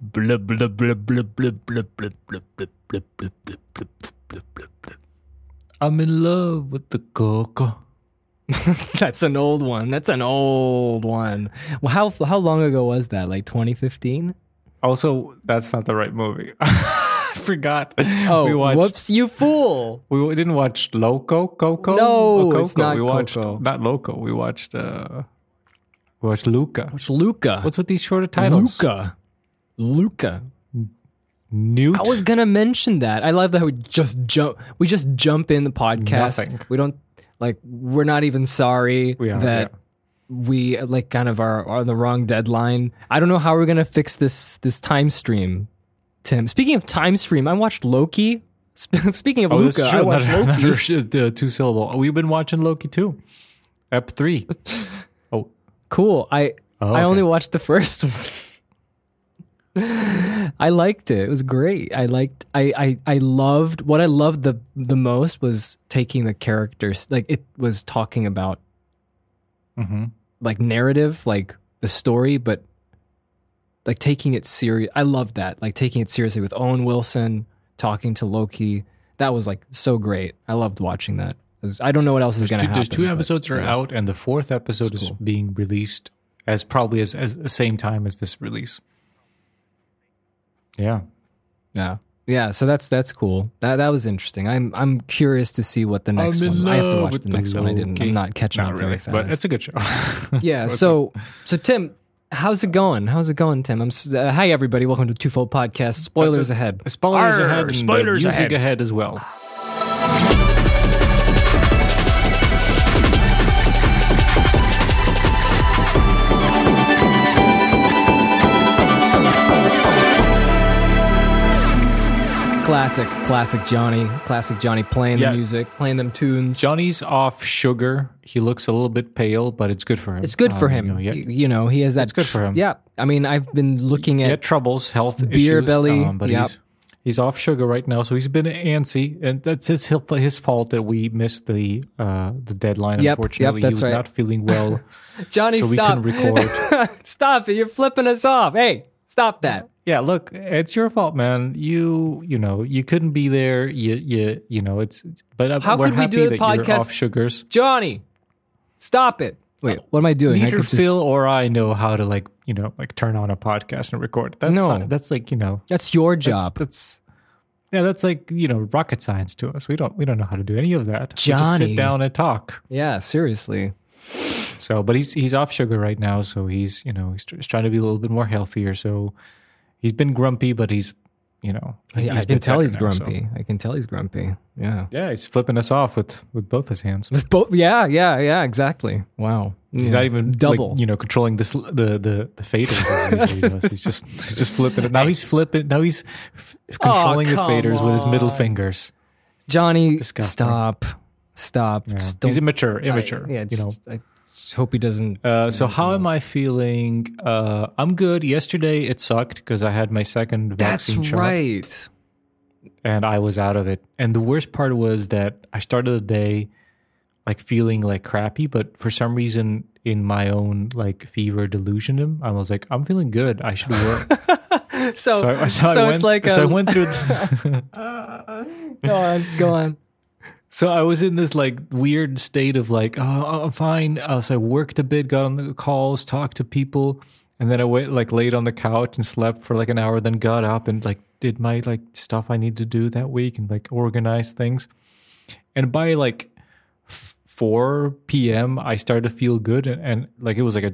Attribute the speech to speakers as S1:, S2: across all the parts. S1: blah, blah, blah, blah, blah, blah, blah, blah, blah, blah, blah, blah, blah, blah, blah, blah. I'm in love with the cocoa.
S2: That's an old one. That's an old one. Well, how how long ago was that? Like 2015?
S3: Also, that's not the right movie. I forgot.
S2: Oh,
S3: we watched.
S2: whoops, you fool.
S3: We we didn't watch Loco Coco.
S2: No,
S3: Or
S2: it's not
S3: We watched
S2: Coco.
S3: not Loco. We watched. uh We watched Luca.
S2: It's Luca.
S3: What's with these shorter titles?
S2: Luca? Luca.
S3: Newt.
S2: I was gonna mention that. I love that we just jump. We just jump in the podcast.
S3: Nothing.
S2: We don't like. We're not even sorry
S3: We are,
S2: that we like kind of are on the wrong deadline. I don't know how we're gonna fix this this time stream. Tim. Speaking of time stream, I watched Loki. Sp- Speaking of
S3: Oh, that's
S2: Luca, I
S3: true.
S2: watched
S3: Another-
S2: Loki.
S3: another shit, uh, two syllable. We've been watching Loki too. Ep three.
S2: Cool. I
S3: Oh,
S2: I
S3: okay.
S2: only watched the first one. I liked it. It was great. I liked I, I I loved what I loved the the most was taking the characters like it was talking about
S3: Mm-hmm.
S2: like narrative, like the story, but like taking it serious. I loved that. Like taking it seriously with Owen Wilson talking to Loki. That was like so great. I loved watching that. It was- I don't know what else is going to
S3: Two,
S2: happen.
S3: there's two
S2: but,
S3: episodes are
S2: yeah.
S3: out, and the fourth episode
S2: It's
S3: is
S2: cool.
S3: being released as probably as, as the same time as this release. Yeah,
S2: Yeah. Yeah, so that's that's cool. That that was interesting. I'm I'm curious to see what the next one. I have to watch the, next one. I didn't. I'm not catching
S3: Not
S2: up
S3: really,
S2: very fast.
S3: but it's a good show.
S2: yeah. So so Tim, how's it going? How's it going, Tim? I'm s- uh, hi everybody. Welcome to Twofold Podcast. Spoilers ahead.
S3: spoilers
S1: Arr,
S3: ahead, and the
S1: spoilers
S3: music
S1: ahead.
S3: ahead as well.
S2: Classic, classic Johnny, classic Johnny playing
S3: Yeah.
S2: the music, playing them tunes.
S3: Johnny's off sugar. He looks a little bit pale, but it's good for him.
S2: it's good for
S3: Um,
S2: him.
S3: You know,
S2: Y-
S3: yeah.
S2: you know, he has that. It's
S3: good for him.
S2: Yeah. I mean, I've been looking
S3: He
S2: at
S3: had troubles, health
S2: beer
S3: issues, Um,
S2: belly, yep.
S3: he's, he's off sugar right now, so he's been antsy, and that's his his fault that we missed the uh, the deadline.
S2: Yep, yep,
S3: Unfortunately,
S2: that's
S3: he was
S2: right.
S3: not feeling well,
S2: Johnny.
S3: so we
S2: stop.
S3: couldn't record.
S2: stop it! You're flipping us off. Hey, stop that.
S3: yeah, look, it's your fault, man. You you know you couldn't be there. You you you know it's. But uh,
S2: How
S3: we're
S2: could we
S3: happy
S2: do the
S3: that you're
S2: podcast-
S3: off sugars.
S2: Johnny, stop it. Wait, what am I doing? I
S3: Neither
S2: could just-
S3: Phil or I know how to like you know like turn on a podcast and record. That's
S2: No.
S3: not- that's like you know
S2: that's your
S3: that's-
S2: job.
S3: That's, yeah, that's like you know rocket science to us. We don't we don't know how to do any of that. We just
S2: Johnny.
S3: sit down and talk.
S2: yeah, seriously.
S3: So, but he's he's off sugar right now, so he's you know he's, tr- he's trying to be a little bit more healthier. So he's been grumpy, but he's you know he's
S2: I
S3: been
S2: can tell
S3: better
S2: he's
S3: now, so-
S2: grumpy. I can tell he's grumpy. Yeah.
S3: Yeah, he's flipping us off with with both his hands.
S2: With both, yeah, yeah, yeah, exactly. Wow.
S3: He's not even like,
S2: double.
S3: you know, controlling this the the the faders. as he usually does. He's just he's just flipping it. Now he's flipping. Now he's f- controlling the
S2: come
S3: faders with his middle
S2: on.
S3: fingers.
S2: Johnny,
S3: Disgusting.
S2: stop. Stop.
S3: Yeah.
S2: Just don't,
S3: He's immature,
S2: I-
S3: immature.
S2: yeah,
S3: you know,
S2: just, I just hope he doesn't.
S3: Uh, so how am I feeling? Uh, I'm good. Yesterday it sucked because I had my second
S2: That's
S3: vaccine shot
S2: right.
S3: and I was out of it. And the worst part was that I started the day like feeling like crappy, but for some reason in my own like fever delusion, I was like, I'm feeling good. I should work.
S2: So,
S3: so I, so I
S2: it's
S3: went,
S2: like
S3: so I
S2: a-
S3: went through. the-
S2: go on, go on.
S3: So I was in this like weird state of like, oh, I'm fine. Uh, so I worked a bit, got on the calls, talked to people, and then I went like laid on the couch and slept for like an hour. Then got up and like did my like stuff I need to do that week and like organize things. And by like f- 4 p.m., I started to feel good and, and like it was like a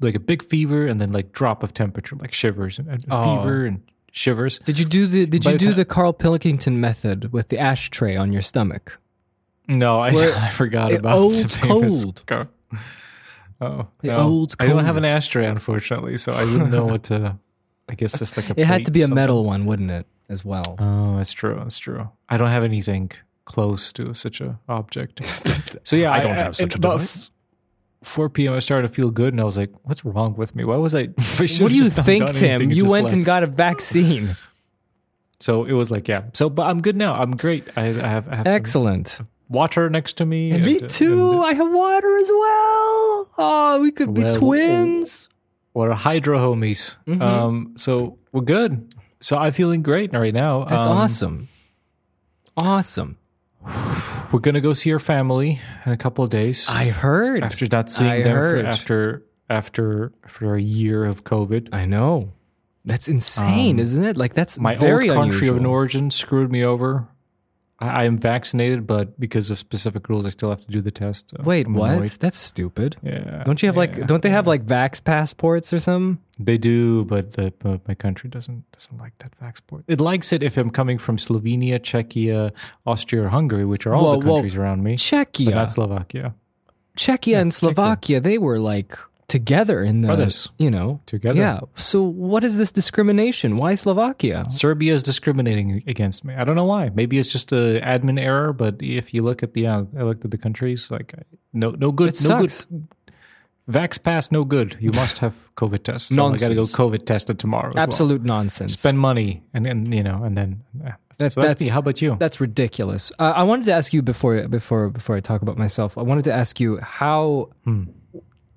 S3: like a big fever and then like drop of temperature, like shivers and, and
S2: Oh.
S3: fever and shivers.
S2: Did you do the Did
S3: By
S2: you
S3: the
S2: do
S3: time-
S2: the Carl Pilkington method with the ashtray on your stomach?
S3: No, I,
S2: Where-
S3: I forgot
S2: the
S3: about
S2: old's
S3: famous
S2: cold.
S3: car. Oh,
S2: The
S3: no.
S2: old's
S3: I don't have
S2: cold.
S3: an ashtray, unfortunately, so I wouldn't know what to. I guess just like a.
S2: It had to
S3: plate
S2: be
S3: or
S2: a
S3: something.
S2: metal one, wouldn't it? As well.
S3: Oh, that's true. That's true. I don't have anything close to such a object. so yeah,
S1: I don't have such a
S3: about
S1: device.
S3: 4 p.m. I started to feel good, and I was like, "What's wrong with me? Why was I?"
S2: What do you think, Tim? You went and got a vaccine.
S3: So it was like, yeah. So, but I'm good now. I'm great. I, I have, I have some
S2: Excellent.
S3: water next to me.
S2: And me
S3: and-
S2: too. I have water as well. Oh, we could be
S3: Well,
S2: twins.
S3: or hydro homies.
S2: Mhm.
S3: Um, so We're good. So I'm feeling great right now.
S2: That's
S3: Um,
S2: awesome. Awesome.
S3: We're gonna go see our family in a couple of days
S2: I heard.
S3: after not seeing
S2: I
S3: them for,
S2: heard.
S3: after after for a year of COVID.
S2: I know. That's insane,
S3: Um,
S2: isn't it? Like that's
S3: My
S2: very
S3: old country
S2: unusual.
S3: of origin screwed me over. I, I am vaccinated, but because of specific rules, I still have to do the test. So
S2: Wait,
S3: I'm
S2: what?
S3: annoyed.
S2: That's stupid.
S3: Yeah.
S2: Don't you have like?
S3: yeah.
S2: Don't they have like vax passports or something?
S3: They do, but the, but my country doesn't doesn't like that vaxport. It likes it if I'm coming from Slovenia, Czechia, Austria, or Hungary, which are all
S2: Whoa,
S3: the
S2: whoa.
S3: countries around me, but
S2: Czechia,
S3: not Slovakia.
S2: Czechia, and Slovakia. They were like together in the.
S3: Brothers.
S2: You know.
S3: Together,
S2: Yeah. So what is this discrimination? Why Slovakia?
S3: Serbia is discriminating against me. I don't know why. Maybe it's just a admin error. But if you look at the uh, I looked at the countries, like no no good,
S2: It
S3: no
S2: sucks.
S3: good. Vax pass, no good. You must have COVID test. So I got to go
S2: Nonsense.
S3: COVID tested tomorrow. as well.
S2: Absolute nonsense.
S3: Spend money and and you know and then yeah.
S2: That's-
S3: so that's
S2: that's-
S3: me. How about you?
S2: That's ridiculous. Uh, I wanted to ask you before before before I talk about myself. I wanted to ask you how hmm,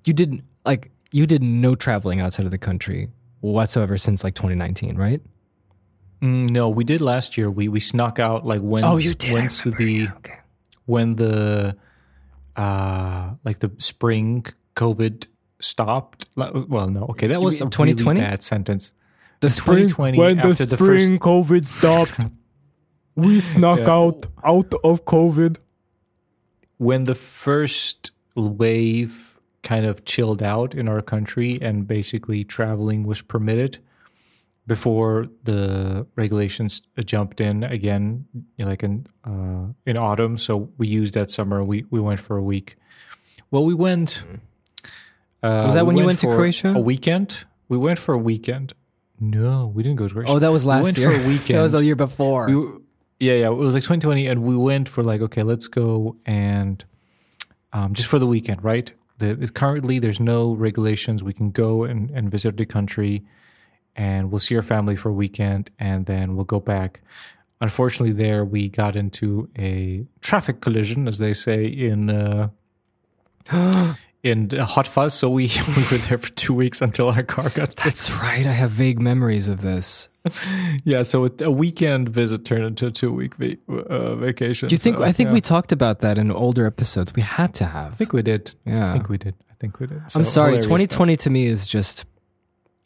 S2: you didn't like you did no traveling outside of the country whatsoever since like 2019, right?
S3: Mm, no, we did last year. We we snuck out like when
S2: Oh, you did. I
S3: when's the
S2: Okay.
S3: when the uh like the spring COVID stopped. Like, Well, no, okay, that was
S2: mean
S3: a
S2: 2020?
S3: really bad sentence.
S2: The spring
S3: 2020 when the after the spring
S1: COVID stopped, we snuck
S3: Yeah.
S1: out out of COVID.
S3: When the first wave kind of chilled out in our country and basically traveling was permitted before the regulations jumped in again you know, like in uh, in autumn so we used that summer we we went for a week well we went uh,
S2: Was that
S3: we
S2: when you went to
S3: for
S2: Croatia?
S3: a weekend we went for a weekend no we didn't go to Croatia
S2: Oh, that was last
S3: we went
S2: year.
S3: for a weekend
S2: that was the year before.
S3: we were- yeah, yeah. It was like 2020, and we went for like, okay, let's go and um, just for the weekend, right? The, the- currently, there's no regulations. We can go and, and visit the country, and we'll see our family for a weekend, and then we'll go back. Unfortunately, there we got into a traffic collision, as they say in uh, in hot fuzz. So we, we were there for two weeks until our car got
S2: That's right. I have vague memories of this.
S3: yeah, so it, a weekend visit turned into a two-week va- uh, vacation.
S2: Do you think?
S3: so,
S2: I think
S3: yeah.
S2: we talked about that in older episodes. We had to have.
S3: I think we did.
S2: yeah.
S3: I think we did. I think we did.
S2: I'm
S3: So,
S2: sorry.
S3: hilarious
S2: 2020 to me is just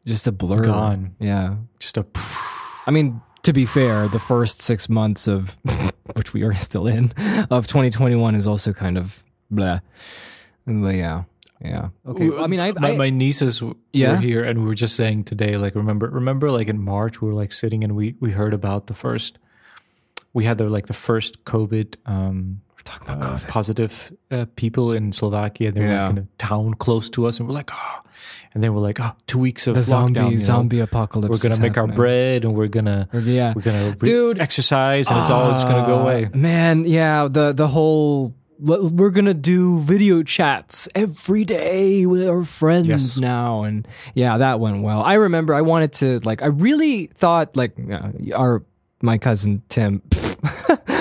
S2: just a blur.
S3: Gone.
S2: Yeah.
S3: stuff. Just a
S2: I mean, to be fair, the first six months of which we are still in of 2021 is also kind of blah. But yeah, yeah. Okay. Well, I mean, I,
S3: my,
S2: I
S3: my nieces w- were
S2: Yeah?
S3: here, and we were just saying today, like, remember, remember, like in March, we were like sitting and we we heard about the first. We had the like the first COVID um,
S2: we're talking about
S3: uh,
S2: COVID.
S3: positive uh, people in Slovakia. They were
S2: Yeah.
S3: like in a town close to us, and we're like, oh, and then we're like, oh, two weeks of
S2: The
S3: lockdown,
S2: zombie
S3: you know?
S2: zombie apocalypse.
S3: We're gonna
S2: is
S3: make our
S2: happening.
S3: bread, and we're gonna
S2: We're- yeah,
S3: we're gonna re-
S2: Dude.
S3: exercise, and it's all just gonna go away.
S2: man. Yeah, the the whole l- we're gonna do video chats every day with our friends
S3: Yes.
S2: now, and yeah, that went well. I remember I wanted to like I really thought like uh, our my cousin Tim,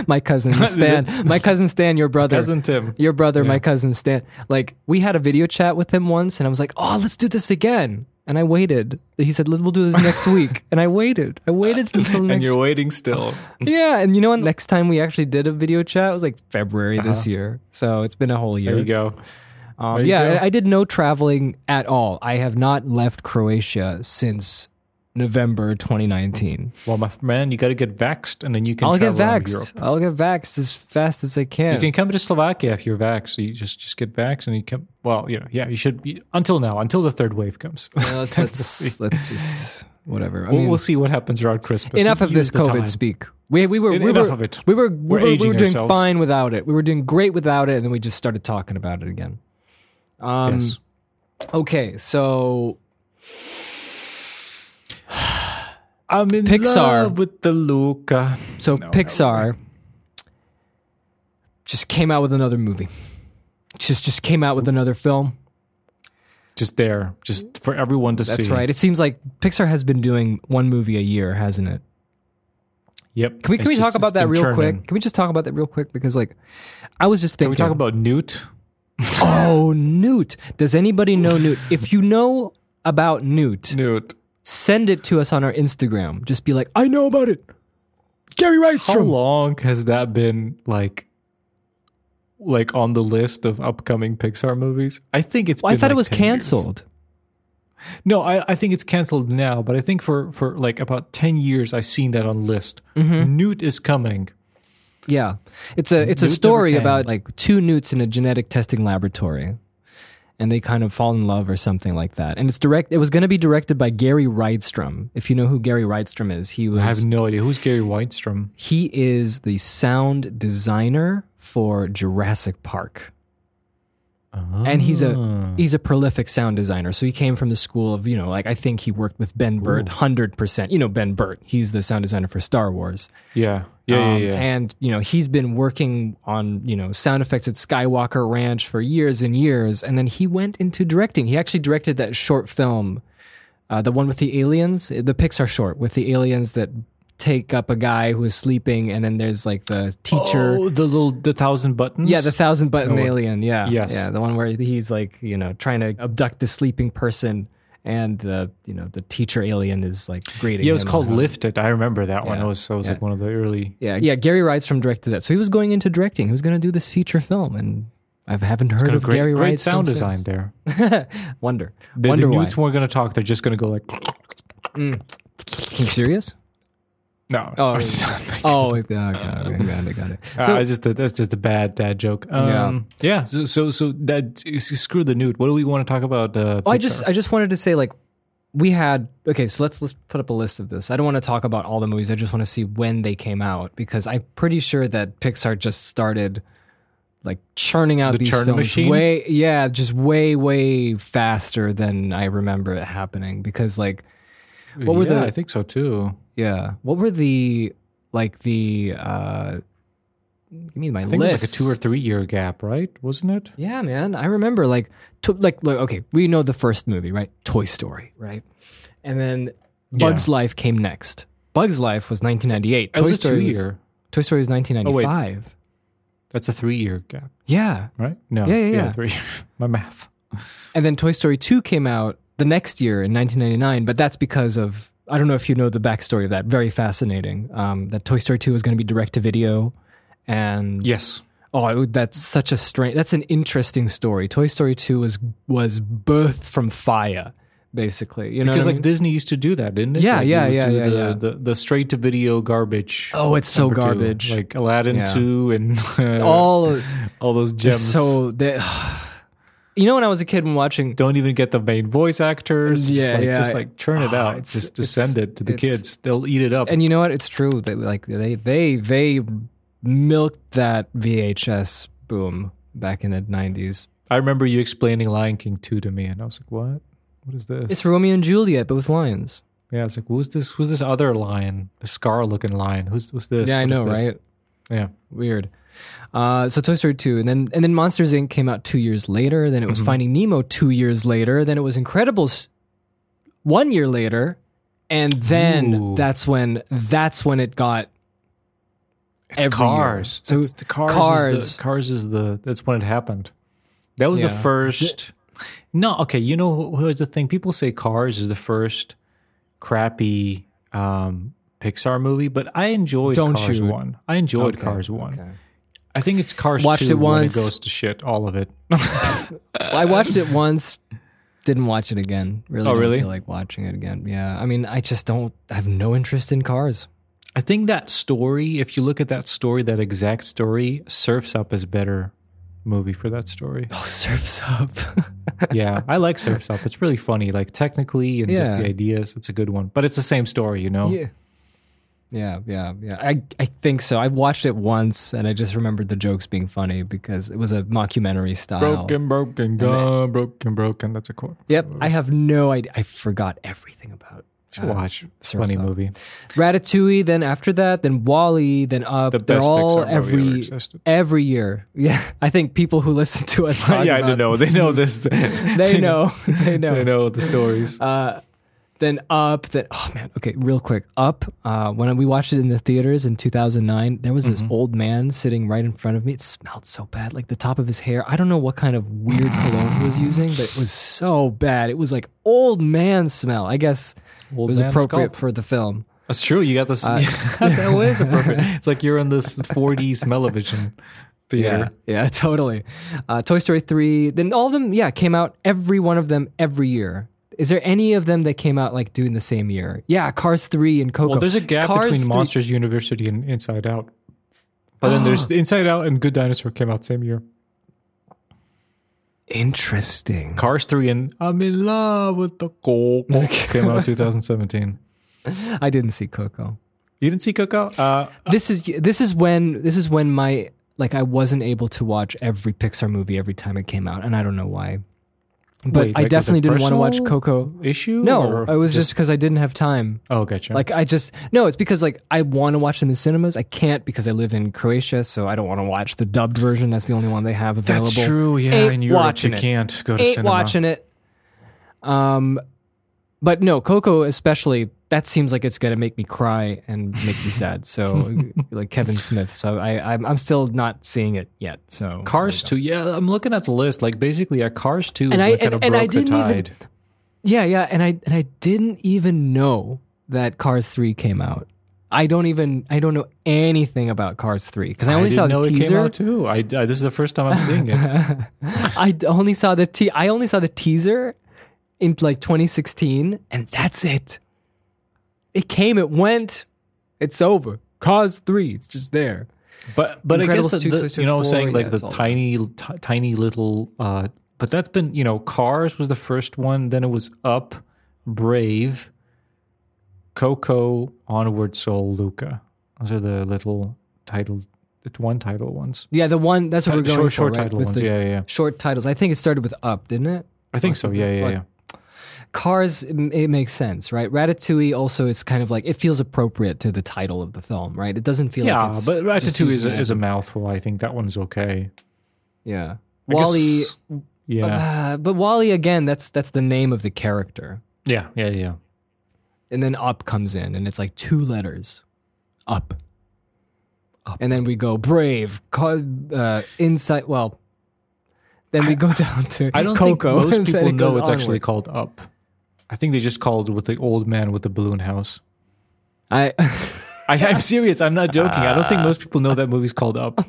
S2: my cousin Stan, my cousin Stan, your brother,
S3: Cousin Tim.
S2: your brother, my cousin Stan. Like we had a video chat with him once, and I was like, "Oh, let's do this again." And I waited. He said, "Let- "We'll do this next week," and I waited. I waited until next.
S3: And you're waiting still.
S2: yeah, and you know, when Uh-huh. next time we actually did a video chat was like February this year, so it's been a whole year.
S3: There you go.
S2: Um,
S3: There you
S2: yeah,
S3: go.
S2: I- I did no traveling at all. I have not left Croatia since November 2019.
S3: Well, my f- man, you got to get vaxxed, and then you can
S2: I'll get
S3: travel around Europe.
S2: vaxxed. I'll get vaxxed as fast as I can.
S3: You can come to Slovakia if you're vaxxed. You just just get vaxxed, and you come. Well, you know, yeah, you should be until now, until the third wave comes.
S2: Yeah, let's, let's, let's just whatever. I
S3: We'll-
S2: mean,
S3: we'll see what happens around Christmas.
S2: enough of this
S3: Use the
S2: COVID
S3: time.
S2: speak. We we were
S3: En-
S2: we
S3: enough
S2: were,
S3: of it.
S2: We were we were, we
S3: We're
S2: were
S3: aging
S2: doing
S3: ourselves.
S2: fine without it. We were doing great without it, and then we just started talking about it again. Um,
S3: Yes.
S2: Okay, so
S3: I'm in
S2: Pixar.
S3: love with the Luca.
S2: so Pixar just came out with another movie. Just just came out with another film.
S3: Just there, just for everyone to see.
S2: That's right. It seems like Pixar has been doing one movie a year, hasn't it?
S3: Yep.
S2: Can we can
S3: It's
S2: we
S3: just-
S2: talk about
S3: it's
S2: that
S3: been
S2: real
S3: churning.
S2: quick? Can we just talk about that real quick? Because like, I was just
S3: Can
S2: thinking.
S3: we talk about Newt?
S2: oh Newt? Does anybody know Newt? If you know about Newt,
S3: Newt.
S2: Send it to us on our Instagram. Just be like, I know about it. Gary
S3: How
S2: Rydstrom.
S3: long has that been like like on the list of upcoming Pixar movies? I think it's
S2: Well, I
S3: been,
S2: thought it
S3: like,
S2: was
S3: 10 years.
S2: canceled.
S3: No, I, I think it's canceled now, but I think for for like about 10 years I've seen that on list.
S2: Mm-hmm.
S3: Newt is coming.
S2: Yeah. It's a it's a
S3: Newt
S2: story
S3: never came.
S2: about like two newts in a genetic testing laboratory. And they kind of fall in love or something like that. And it's direct it was gonna be directed by Gary Rydstrom. If you know who Gary Rydstrom is, he was
S3: I have no idea who's Gary Weinstrom.
S2: he is the sound designer for Jurassic Park. And he's a
S3: Oh.
S2: he's a prolific sound designer. So he came from the school of, you know, like I think he worked with Ben Burt 100%. You know Ben Burt, he's the sound designer for Star Wars.
S3: Yeah. Yeah,
S2: Um,
S3: yeah, yeah.
S2: And you know he's been working on you know sound effects at Skywalker Ranch for years and years, and then he went into directing. He actually directed that short film, uh, the one with the aliens, the Pixar short with the aliens that take up a guy who is sleeping, and then there's like the teacher.
S3: Oh, the little the thousand buttons.
S2: Yeah, the thousand button
S3: No, what-
S2: alien. Yeah,
S3: Yes.
S2: yeah, the one where he's like, you know, trying to abduct the sleeping person, and the you know the teacher alien is like greeting.
S3: yeah, it was
S2: him
S3: called
S2: and-
S3: Lifted. I remember that one.
S2: Yeah.
S3: It was, it was
S2: Yeah.
S3: like one of the early.
S2: Yeah, yeah. Gary Rydstrom directed that, so he was going into directing. He was going to do this feature film, and I haven't heard
S3: Got a
S2: of
S3: great,
S2: Gary
S3: great
S2: Rydstrom
S3: sound
S2: since.
S3: design there.
S2: Wonder,
S3: The,
S2: wonder
S3: the
S2: why.
S3: newts weren't going to talk. They're just going to go like,
S2: you serious?
S3: no.
S2: Oh,
S3: I'm just not making-
S2: Oh, okay, okay, okay, got it, got it.
S3: Uh,
S2: So
S3: it's just a, that's just a bad dad joke. Um, yeah. So so so that s- screw the newt. What do we want to talk about? Uh,
S2: oh, I
S3: Pixar?
S2: just, I just wanted to say, like, we had okay. So let's let's put up a list of this. I don't want to talk about all the movies. I just want to see when they came out because I'm pretty sure that Pixar just started like churning out
S3: The
S2: these
S3: churn
S2: films
S3: machine?
S2: way yeah just way way faster than i remember it happening because like what were
S3: Yeah,
S2: the-
S3: I think so too.
S2: Yeah. What were the like the uh give me my
S3: I think
S2: list.
S3: it was like a two or three year gap, right? Wasn't it?
S2: Yeah, man. I remember like to, like look, okay, we know the first movie, right? Toy Story, right? And then Bugs Life came next. Bugs Life was 1998.
S3: It
S2: Toy
S3: was a
S2: Story
S3: two
S2: was,
S3: year.
S2: Toy Story was
S3: wait.
S2: 1995.
S3: That's a three year gap,
S2: yeah.
S3: right? No.
S2: Yeah, yeah, yeah.
S3: Three. My math.
S2: And then Toy Story 2 came out the next year in 1999, but that's because of I don't know if you know the backstory of that. Very fascinating. Um, that Toy Story 2 was going to be direct to video and
S3: Yes.
S2: Oh, it would- that's such a strange. That's an interesting story. Toy Story Two was was birthed from fire, basically. You know,
S3: Because
S2: what I
S3: like
S2: mean?
S3: Disney used to do that, didn't it?
S2: Yeah,
S3: Like,
S2: yeah,
S3: it was
S2: yeah,
S3: do
S2: yeah,
S3: the,
S2: yeah.
S3: The, the straight to video garbage.
S2: oh, it's so
S3: number two,
S2: garbage.
S3: like Aladdin
S2: Yeah.
S3: two and uh, all
S2: all
S3: all those
S2: gems.
S3: gems.
S2: so they, you know, when I was a kid and watching,
S3: don't even get the main voice actors. just
S2: Yeah,
S3: like,
S2: yeah.
S3: Just like churn it
S2: Ah,
S3: out.
S2: it's-
S3: Just
S2: it's-
S3: just send it to the
S2: it's-
S3: kids. They'll eat it up.
S2: and you know what? It's true. They like they they they milked that VHS boom back in the nineties.
S3: I remember you explaining Lion King two to me, and I was like, "What? What is this?"
S2: It's Romeo and Juliet, but with lions.
S3: yeah, I was like, "Who's this? Who's this other lion? The scar looking lion? Who's who's this?"
S2: yeah, I
S3: What is
S2: know,
S3: this?"
S2: right?
S3: Yeah.
S2: Weird. Uh, so Toy Story two, and then and then Monsters Inc. came out two years later. Then it
S3: Mm-hmm.
S2: was Finding Nemo two years later. Then it was Incredibles one year later, and then
S3: Ooh.
S2: that's when that's when it got
S3: It's
S2: every
S3: cars.
S2: year. So
S3: It's the cars. Is
S2: Cars.
S3: the, cars is the. That's when it happened. That was the
S2: Yeah.
S3: first. No, okay. You know who- who is the thing? People say Cars is the first crappy um, Pixar movie, but I enjoyed
S2: Don't
S3: Cars
S2: you?
S3: one. I enjoyed
S2: Okay,
S3: Cars one.
S2: okay.
S3: I think it's Cars
S2: Watched
S3: 2
S2: it
S3: when
S2: once.
S3: it goes to shit. All of it.
S2: I watched it once, didn't watch it again. Really,
S3: Oh,
S2: don't
S3: really?
S2: Feel like watching it again? Yeah. I mean, I just don't. I have no interest in cars.
S3: I think that story, if you look at that story, that exact story, Surfs Up is better movie for that story.
S2: Oh, Surfs Up.
S3: yeah, I like Surfs Up. It's really funny, like technically and just
S2: Yeah.
S3: the ideas. It's a good one, but it's the same story, you know.
S2: Yeah. Yeah, yeah, yeah. I, I think so. I watched it once and I just remembered the jokes being funny because it was a mockumentary style.
S3: Broken, broken, gone, broken, broken. That's a quote.
S2: Yep. I have no idea. I forgot everything about it.
S3: Should watch funny
S2: Up.
S3: movie.
S2: Ratatouille, then after that, then Wally, then Up.
S3: The
S2: They're
S3: best
S2: all
S3: Pixar movie ever
S2: every
S3: existed.
S2: every year. Yeah. I think people who listen to us talk
S3: yeah, I
S2: about-
S3: know. They know this.
S2: They know. They know.
S3: They know the stories.
S2: Uh, then up that oh man okay real quick up uh, when we watched it in the theaters in 2009 there was this
S3: Mm-hmm.
S2: old man sitting right in front of me it smelled so bad like the top of his hair i don't know what kind of weird cologne he was using but it was so bad it was like old man smell i guess it
S3: Old
S2: was
S3: man
S2: appropriate
S3: Skull.
S2: for the film.
S3: That's true. You got this.
S2: uh,
S3: that was appropriate. It's like you're in this 4D smell-o-vision theater.
S2: yeah, yeah, totally. Uh, Toy Story three, then all of them, yeah, came out every one of them every year. Is there any of them that came out like doing the same year? Yeah, Cars three and Coco.
S3: Well, there's a gap
S2: Cars
S3: between
S2: 3
S3: Monsters University and Inside Out. But then there's Inside Out and Good Dinosaur came out same year.
S2: Interesting.
S3: Cars 3 and I'm in love with the Coco came out 2017.
S2: I didn't see Coco.
S3: You didn't see Coco? Uh,
S2: This is this is when this is when my like I wasn't able to watch every Pixar movie every time it came out, and I don't know why. But
S3: Wait, like, was
S2: I
S3: it
S2: definitely didn't want to watch
S3: personal?
S2: Coco.
S3: issue?
S2: No,
S3: or
S2: it was just because I didn't have time.
S3: Oh, gotcha.
S2: Like I just no, it's because like I want to watch them in cinemas. I can't because I live in Croatia, so I don't want to watch the dubbed version. That's the only one they have available.
S3: That's true. Yeah,
S2: Ain't
S3: in Europe
S2: watching
S3: you
S2: it.
S3: can't go to
S2: Ain't
S3: cinema.
S2: watching it. Um, but no, Coco especially. That seems like it's gonna make me cry and make me sad. So like Kevin Smith. So I I'm, I'm still not seeing it yet. So
S3: Cars 2. Yeah, I'm looking at the list. Like basically, yeah, Cars 2
S2: And
S3: is
S2: I-
S3: what kind
S2: and-
S3: of
S2: and I
S3: broke the
S2: didn't even-
S3: tide.
S2: Yeah, yeah, and I and I didn't even know that Cars Three came out. I don't even I don't know anything about Cars Three because I only
S3: didn't
S2: saw the
S3: know it came
S2: teaser.
S3: out too. I, I- this is the first time I'm seeing it.
S2: I d- only saw the te- I only saw the teaser in like 2016, and that's it. It came, it went, it's over. Cars Three, it's just there.
S3: But but I guess
S2: Incredibles
S3: the,
S2: 2,
S3: the-
S2: Toy Story
S3: you know
S2: 4,
S3: saying like
S2: yeah,
S3: the
S2: it's all
S3: tiny t- tiny little. uh But that's been you know Cars was the first one. Then it was Up, Brave, Coco, Onward, Soul, Luca. Those are the little title. It's one title ones.
S2: Yeah, the one that's what we're going
S3: short
S2: for,
S3: short
S2: right?
S3: title
S2: With
S3: ones.
S2: the
S3: Yeah, yeah, yeah.
S2: Short titles. I think it started with Up, didn't it?
S3: I think so. Yeah, yeah,
S2: like-
S3: yeah.
S2: Cars, it m- it makes sense, right? Ratatouille also, it's kind of like it feels appropriate to the title of the film, right? It doesn't feel
S3: Yeah,
S2: like it's
S3: but
S2: just
S3: Ratatouille is
S2: using
S3: a,
S2: it.
S3: is a mouthful. I think that one's okay.
S2: yeah.
S3: I
S2: Wally,
S3: guess- yeah,
S2: uh, but Wally again, that's that's the name of the character,
S3: yeah, yeah, yeah.
S2: and then Up comes in, and it's like two letters, Up,
S3: Up.
S2: and then we go Brave, Car, uh, Insight. Well, then we go down to
S3: I don't
S2: Coco.
S3: think most
S2: and then
S3: people
S2: it
S3: know
S2: goes
S3: it's actually
S2: onward.
S3: called Up. I think they just called with the old man with the balloon house.
S2: I
S3: I, I'm serious. I'm not joking. I don't think
S2: Ah.
S3: most people know that movie's called Up.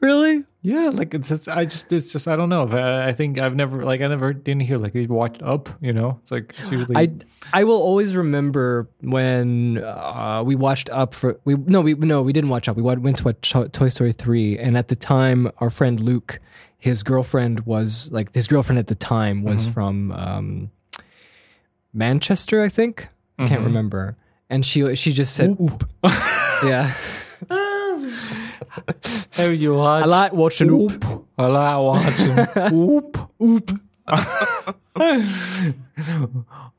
S2: really.
S3: Yeah, like it's, it's I just it's just I don't know. I, I think I've never like I never didn't hear like they watched Up. You know, it's like it's usually
S2: I I will always remember when uh, we watched Up for we no we no we didn't watch Up we wa- went to watch Cho- Toy Story three and at the time our friend Luke his girlfriend was like his girlfriend at the time was from um, Manchester I think I can't remember and she she just said Mm-hmm. oop, yeah
S3: have you watched
S2: I like watching oop.
S3: Oop. I like watching Oop Oop.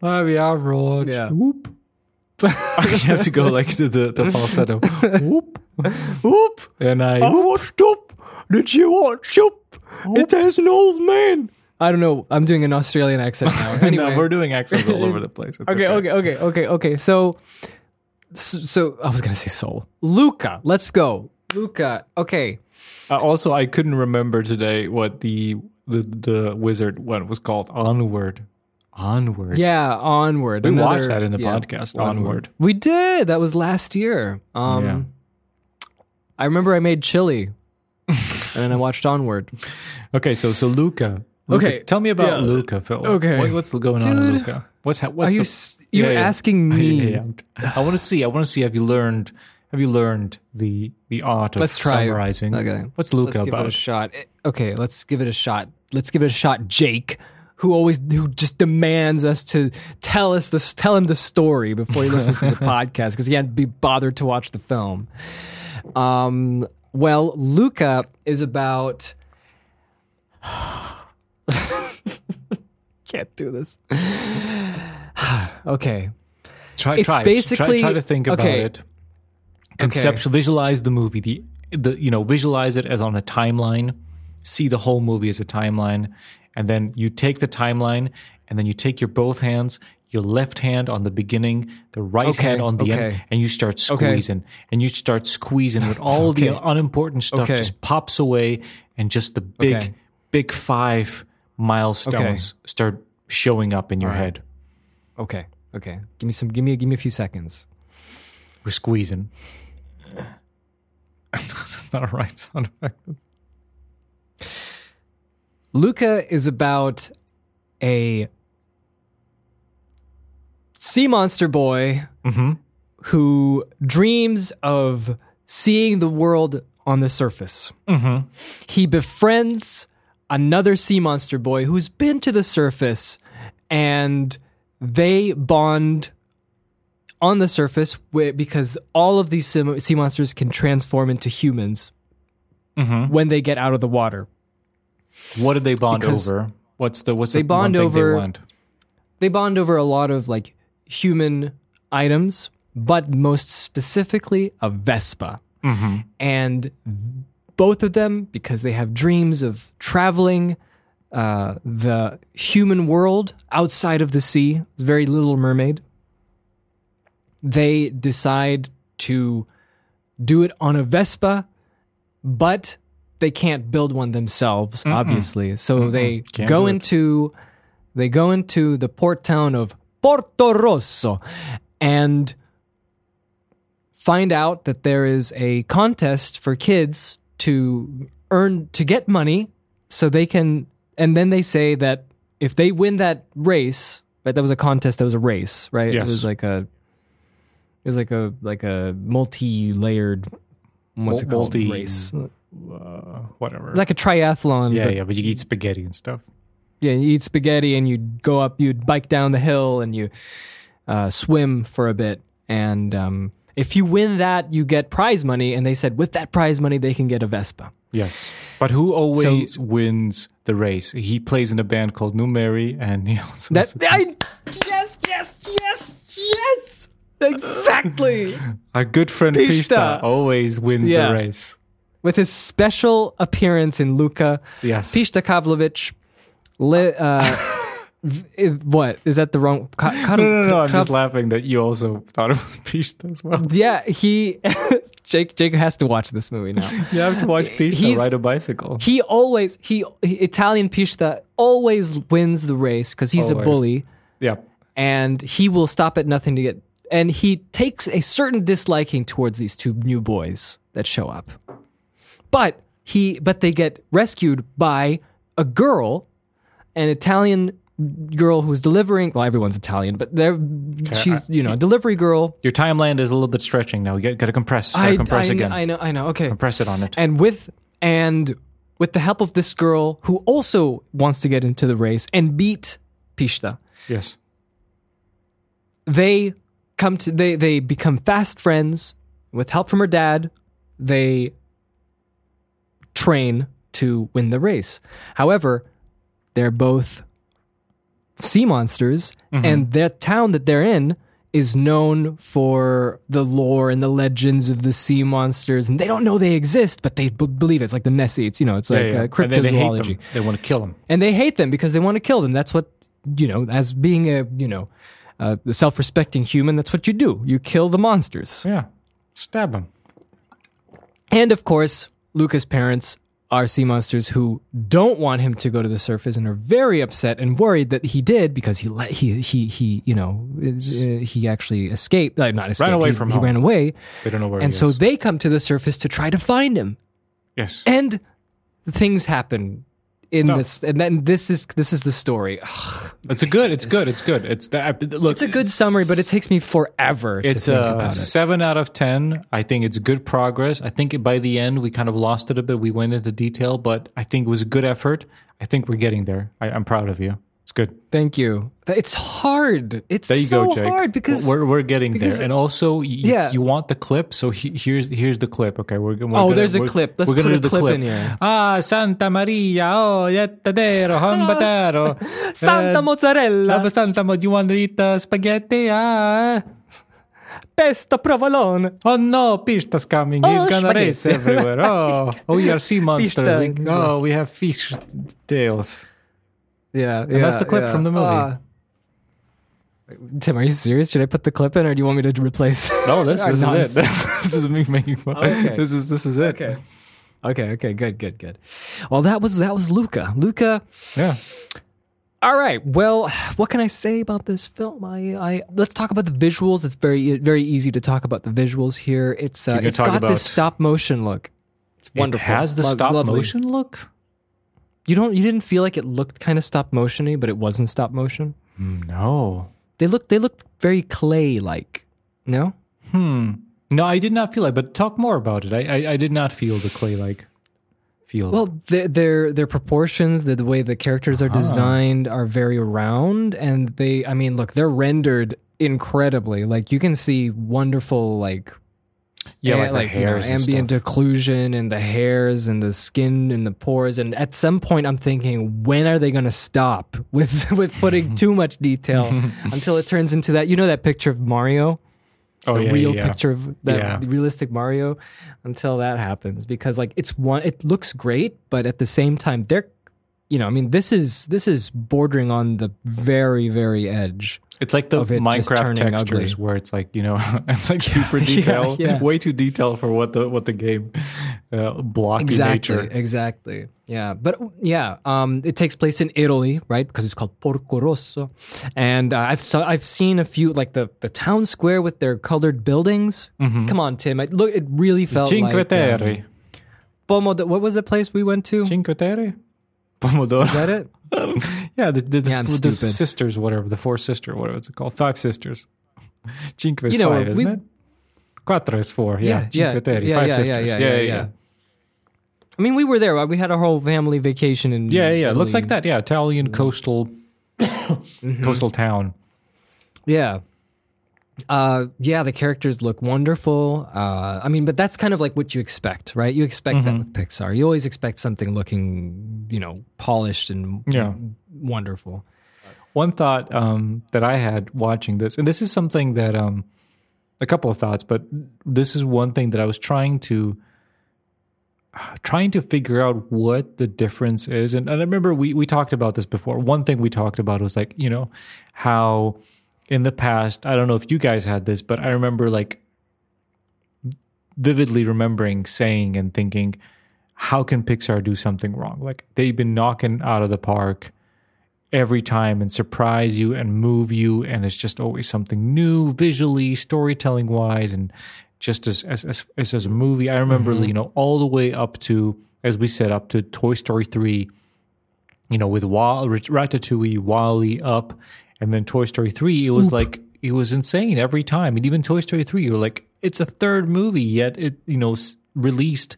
S3: There we are, Rog.
S2: Yeah.
S3: Oop. you have to go like the the, the falsetto. Oop.
S2: oop
S3: And I
S2: watched Up did you watch Up it has an old man I don't know I'm doing an Australian accent now anyway.
S3: no, uh, we're doing accents all over the place. It's
S2: okay, okay, okay, okay, okay. So, so, so I was gonna say soul. Luca, let's go. Luca. Okay.
S3: Uh, also, I couldn't remember today what the the the wizard one was called. Onward, onward.
S2: Yeah. Onward.
S3: we
S2: Another-
S3: watched that in the
S2: yeah.
S3: podcast. Onward.
S2: We did. That was last year. Um,
S3: Yeah.
S2: I remember I made chili, and then I watched Onward.
S3: Okay, so so Luca. Luca-
S2: Okay,
S3: tell me about
S2: yeah.
S3: Luca, Phil.
S2: Okay.
S3: what, what's going on, with
S2: Dude.
S3: Luca? What's ha- what's
S2: Are you
S3: the-
S2: s- you're asking
S3: I-
S2: me.
S3: yeah, yeah. I want to see. I want to see. Have you learned? Have you learned the the art of
S2: Let's try.
S3: summarizing?
S2: Okay.
S3: What's
S2: Let's
S3: Luca
S2: give it a
S3: about?
S2: shot. Eh, Okay, let's give it a shot. Let's give it a shot, Jake, who always who just demands us to tell us this, tell him the story before he listens to the podcast because he hadn't be bothered to watch the film. Um, well, Luca is about. Can't do this. okay,
S3: try
S2: it's
S3: try, it.
S2: basically-
S3: try try to think about
S2: okay.
S3: it. Conceptual, visualize the movie. The the you know visualize it as on a timeline. See the whole movie as a timeline, and then you take the timeline, and then you take your both hands, your left hand on the beginning, the right
S2: Okay,
S3: hand on the end,
S2: okay.
S3: and you start
S2: Okay.
S3: squeezing, and you start squeezing with all the
S2: okay.
S3: unimportant stuff
S2: Okay.
S3: just pops away, and just the big
S2: Okay.
S3: big five milestones start showing up in your head.
S2: okay, Okay, give me some. Give me. Give me a few seconds.
S3: We're squeezing. That's not a right sound effect.
S2: Luca is about a sea monster boy
S3: Mm-hmm.
S2: who dreams of seeing the world on the surface.
S3: Mm-hmm.
S2: He befriends another sea monster boy who's been to the surface and they bond on the surface wi- because all of these sim- sea monsters can transform into humans
S3: Mhm.
S2: when they get out of the water.
S3: What did they bond
S2: Because
S3: over? What's the what's
S2: they
S3: the
S2: bond
S3: one thing
S2: over-
S3: they want?
S2: they bond over a lot of like human items, but most specifically a Vespa. And both of them, because they have dreams of traveling uh, the human world outside of the sea, it's very Little Mermaid, they decide to do it on a Vespa, but they can't build one themselves, obviously. So they
S3: Can't
S2: go
S3: do it.
S2: into they go into the port town of Porto Rosso and find out that there is a contest for kids to earn to get money so they can and then they say that if they win that race, right, that was a contest, that was a race, right?
S3: Yes.
S2: It was like a it was like a like a multi-layered what's it called
S3: Multi-
S2: race.
S3: Uh, whatever.
S2: Like a triathlon.
S3: yeah,
S2: but-
S3: yeah, but you eat spaghetti and stuff.
S2: yeah, you eat spaghetti and you go up, you'd bike down the hill and you uh, swim for a bit. And um, if you win that, you get prize money. And they said with that prize money, they can get a Vespa.
S3: Yes. But who always wins the race? He plays in a band called Numeri and he also
S2: That I, yes, yes, yes, yes, exactly.
S3: our good friend
S2: Pista.
S3: Pista, always wins
S2: Yeah.
S3: the race.
S2: with his special appearance in Luca,
S3: Yes.
S2: Pista Kavlovich. Li, uh, v- eh, what is that? The wrong? Ka- Ka-
S3: no, no, no, I'm
S2: Ka-
S3: just laughing that you also thought it was Pista as well.
S2: Yeah, he Jake Jake has to watch this movie now.
S3: You have to watch Pista
S2: He's-
S3: ride a bicycle.
S2: He always he, he Italian Pista always wins the race because he's a
S3: Always.
S2: bully
S3: Yeah.
S2: and he will stop at nothing to get and he takes a certain disliking towards these two new boys that show up. But he but they get rescued by a girl, an Italian girl who's delivering well everyone's Italian, but they're she's you know, a delivery girl.
S3: Your timeline is a little bit stretching now. You got, got to compress. Got
S2: I,
S3: to compress
S2: I,
S3: again.
S2: I know I know, okay.
S3: compress it on it.
S2: and with and with the help of this girl who also wants to get into the race and beat Pishta,
S3: yes.
S2: they come to they they become fast friends. With help from her dad, they train to win the race. However, they're both sea monsters,
S3: Mm-hmm.
S2: and their town that they're in is known for the lore and the legends of the sea monsters, and they don't know they exist, but they b- believe it. it's like the Nessie. It's you know, it's like
S3: Yeah, yeah.
S2: Uh,
S3: And then they hate
S2: cryptozoology
S3: them. They want to kill him.
S2: and they hate them because they want to kill them. That's what you know, as being a you know, a self-respecting human. That's what you do. You kill the monsters.
S3: Yeah. Stab him.
S2: And of course, Luca's parents are sea monsters who don't want him to go to the surface and are very upset and worried that he did because he let he he he you know uh, he actually escaped. Uh, not escaped.
S3: away
S2: he,
S3: from
S2: He
S3: home.
S2: ran away,
S3: They don't know where
S2: and
S3: he
S2: so
S3: is.
S2: they come to the surface to try to find him.
S3: yes.
S2: And things happen. In
S3: Stuff.
S2: this, and then this is this is the story.
S3: It's a good. It's good. It's good. It's that. Look,
S2: It's a good summary, but it takes me forever
S3: It's uh,
S2: to think
S3: a
S2: about it.
S3: seven out of ten. I think it's good progress. I think by the end we kind of lost it a bit. We went into detail, but I think it was a good effort. I think we're getting there. I, I'm proud of you. It's good.
S2: Thank you. Th- It's hard. It's
S3: There you
S2: so
S3: go, Jake.
S2: hard because
S3: we're we're getting
S2: because-
S3: there. And also, y-
S2: Yeah.
S3: you want the clip, so he, here's here's the clip. Okay, we're, we're
S2: Oh,
S3: gonna-
S2: there's a
S3: we're-
S2: clip. Let's
S3: we're gonna
S2: put a
S3: do the
S2: clip in here.
S3: Ah, Santa Maria, oh, yettadero, hambatero,
S2: Santa
S3: eh,
S2: mozzarella,
S3: Lava Santa, do you want to eat uh, spaghetti? Ah.
S2: pesto provolone.
S3: Oh no, Pista's coming.
S2: Oh,
S3: He's gonna
S2: spaghetti.
S3: race everywhere. Oh, oh, we are sea monsters.
S2: Pista.
S3: We, oh, we have fish tails.
S2: Yeah, yeah
S3: that's the clip
S2: yeah.
S3: from the movie.
S2: Uh, Tim, are you serious? Should I put the clip in, or do you want me to replace?
S3: No, this,
S2: our
S3: this is it.
S2: nonsense?
S3: this is me making fun.
S2: Ah, Okay.
S3: This is this is it.
S2: okay,
S3: Okay.
S2: okay, good, good, good. Well, that was that was Luca. Luca
S3: Yeah.
S2: All right. Well, what can I say about this film? I, I let's talk about the visuals. It's very very easy to talk about the visuals here. It's uh,
S3: can
S2: it's
S3: talk
S2: got
S3: about-
S2: this stop motion look. It's wonderful.
S3: It has the
S2: Lo-
S3: stop
S2: lovely.
S3: motion look.
S2: You don't you didn't feel like it looked kind of stop motiony, but it wasn't stop motion.
S3: No.
S2: They look they looked very clay like. No,
S3: Hmm. No, I did not feel it. But talk more about it. I I, I did not feel the clay like feel.
S2: Well, their their, their proportions, the, the way the characters
S3: Ah.
S2: are designed, are very round, and they. I mean, look, they're rendered incredibly. Like you can see wonderful, like
S3: yeah,
S2: a-
S3: like, the
S2: you know,
S3: hairs and
S2: ambient
S3: stuff.
S2: occlusion, and the hairs, and the skin, and the pores. And at some point, I'm thinking, when are they going to stop with with putting too much detail until it turns into that? You know that picture of Mario
S3: Oh
S2: the
S3: yeah,
S2: real
S3: yeah, yeah.
S2: picture of that
S3: Yeah.
S2: realistic Mario until that happens because like it's one it looks great but at the same time they're you know I mean this is this is bordering on the very very edge
S3: It's like the
S2: of it just
S3: Minecraft
S2: turning
S3: textures
S2: ugly.
S3: where it's like you know it's like super detail,
S2: yeah.
S3: way too detailed for what the what the game uh, blocky
S2: exactly
S3: nature.
S2: exactly yeah but yeah um it takes place in Italy right because it's called Porco Rosso and uh, I've saw, I've seen a few like the the town square with their colored buildings come on Tim I, look it really felt
S3: Mm-hmm.
S2: like
S3: Cinque
S2: um,
S3: Terre,
S2: Pomodo- what was the place we went to
S3: Cinque Terre, Pomodoro.
S2: is that it
S3: yeah, the, the, the,
S2: Yeah, I'm
S3: the, the
S2: stupid.
S3: sisters, whatever the four sister, whatever it's called, five sisters. Cinque is
S2: You know,
S3: five, isn't
S2: we-
S3: it? Quattro is four. Yeah,
S2: yeah,
S3: Cinque Terre,
S2: yeah,
S3: five
S2: yeah,
S3: sisters.
S2: Yeah yeah, yeah, yeah. I mean, we were there. right? We had our whole family vacation in.
S3: Yeah, yeah, looks
S2: Italy.
S3: like that. Yeah, Italian coastal coastal town.
S2: Yeah. Uh, yeah, the characters look wonderful. Uh, I mean, but that's kind of like what you expect, right? You expect that
S3: Mm-hmm.
S2: with Pixar. You always expect something looking, you know, polished and
S3: Yeah.
S2: wonderful.
S3: One thought um, that I had watching this, and this is something that um, a couple of thoughts, but this is one thing that I was trying to trying to figure out what the difference is. And, and I remember we we talked about this before. One thing we talked about was like you know how in the past I don't know if you guys had this, but I remember like vividly remembering saying and thinking, how can Pixar do something wrong? Like they've been knocking out of the park every time and surprise you and move you and it's just always something new visually storytelling wise and just as as as, as, as a movie i remember you know all the way up to as we said up to toy story 3 you know with Wa- ratatouille wally up and then toy story 3 it was like it was insane every time and even toy story 3 you were like it's a third movie yet it you know s- released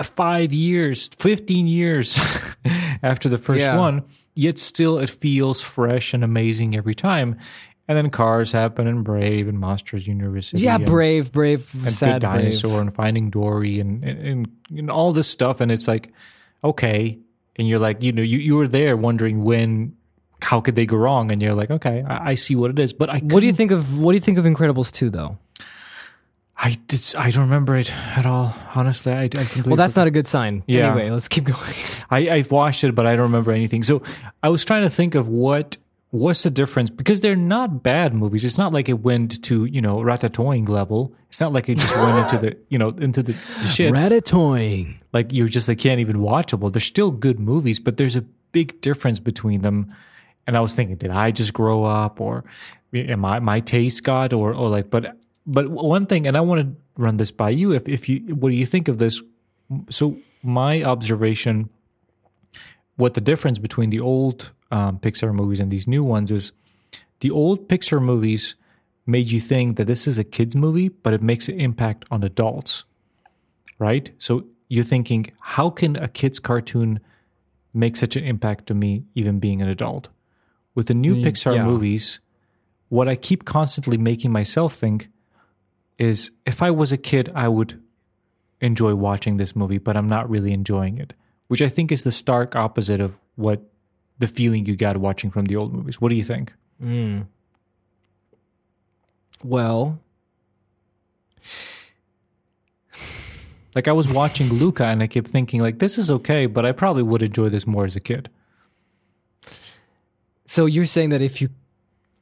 S3: five years, 15 years after the first
S2: Yeah.
S3: one, yet still it feels fresh and amazing every time. And then Cars happen and Brave and Monsters University.
S2: Yeah,
S3: and,
S2: brave, brave,
S3: and
S2: sad
S3: Good Dinosaur and Finding Dory and, and, and, and all this stuff. And it's like, okay. And you're like, you know, you, you were there wondering when, how could they go wrong? And you're like, okay, I, I see what it is. But I
S2: brave. What do you think of What do you think of Incredibles two though?
S3: I, did, I don't remember it at all. Honestly, I, I completely
S2: Well, that's not a good sign.
S3: Yeah.
S2: Anyway, let's keep going.
S3: I, I've watched it, but I don't remember anything. So I was trying to think of what what's the difference because they're not bad movies. It's not like it went to you know ratatouille level. It's not like it just went into the you know into the, the shits.
S2: Ratatouille.
S3: like you're just like can't even watchable. They're still good movies, but there's a big difference between them. And I was thinking, did I just grow up, or am I my taste got, or or like, but but one thing, and I want to run this by you. If if you what do you think of this? So my observation what the difference between the old um, Pixar movies and these new ones is the old Pixar movies made you think that this is a kids movie, but it makes an impact on adults, right? So you're thinking, how can a kids cartoon make such an impact to me, even being an adult? With the new Pixar
S2: yeah.
S3: movies, what I keep constantly making myself think is if I was a kid, I would enjoy watching this movie, but I'm not really enjoying it, which I think is the stark opposite of what the feeling you got watching from the old movies. What do you think?
S2: Well,
S3: Like I was watching Luca and I kept thinking like this is okay, but I probably would enjoy this more as a kid.
S2: So you're saying that if you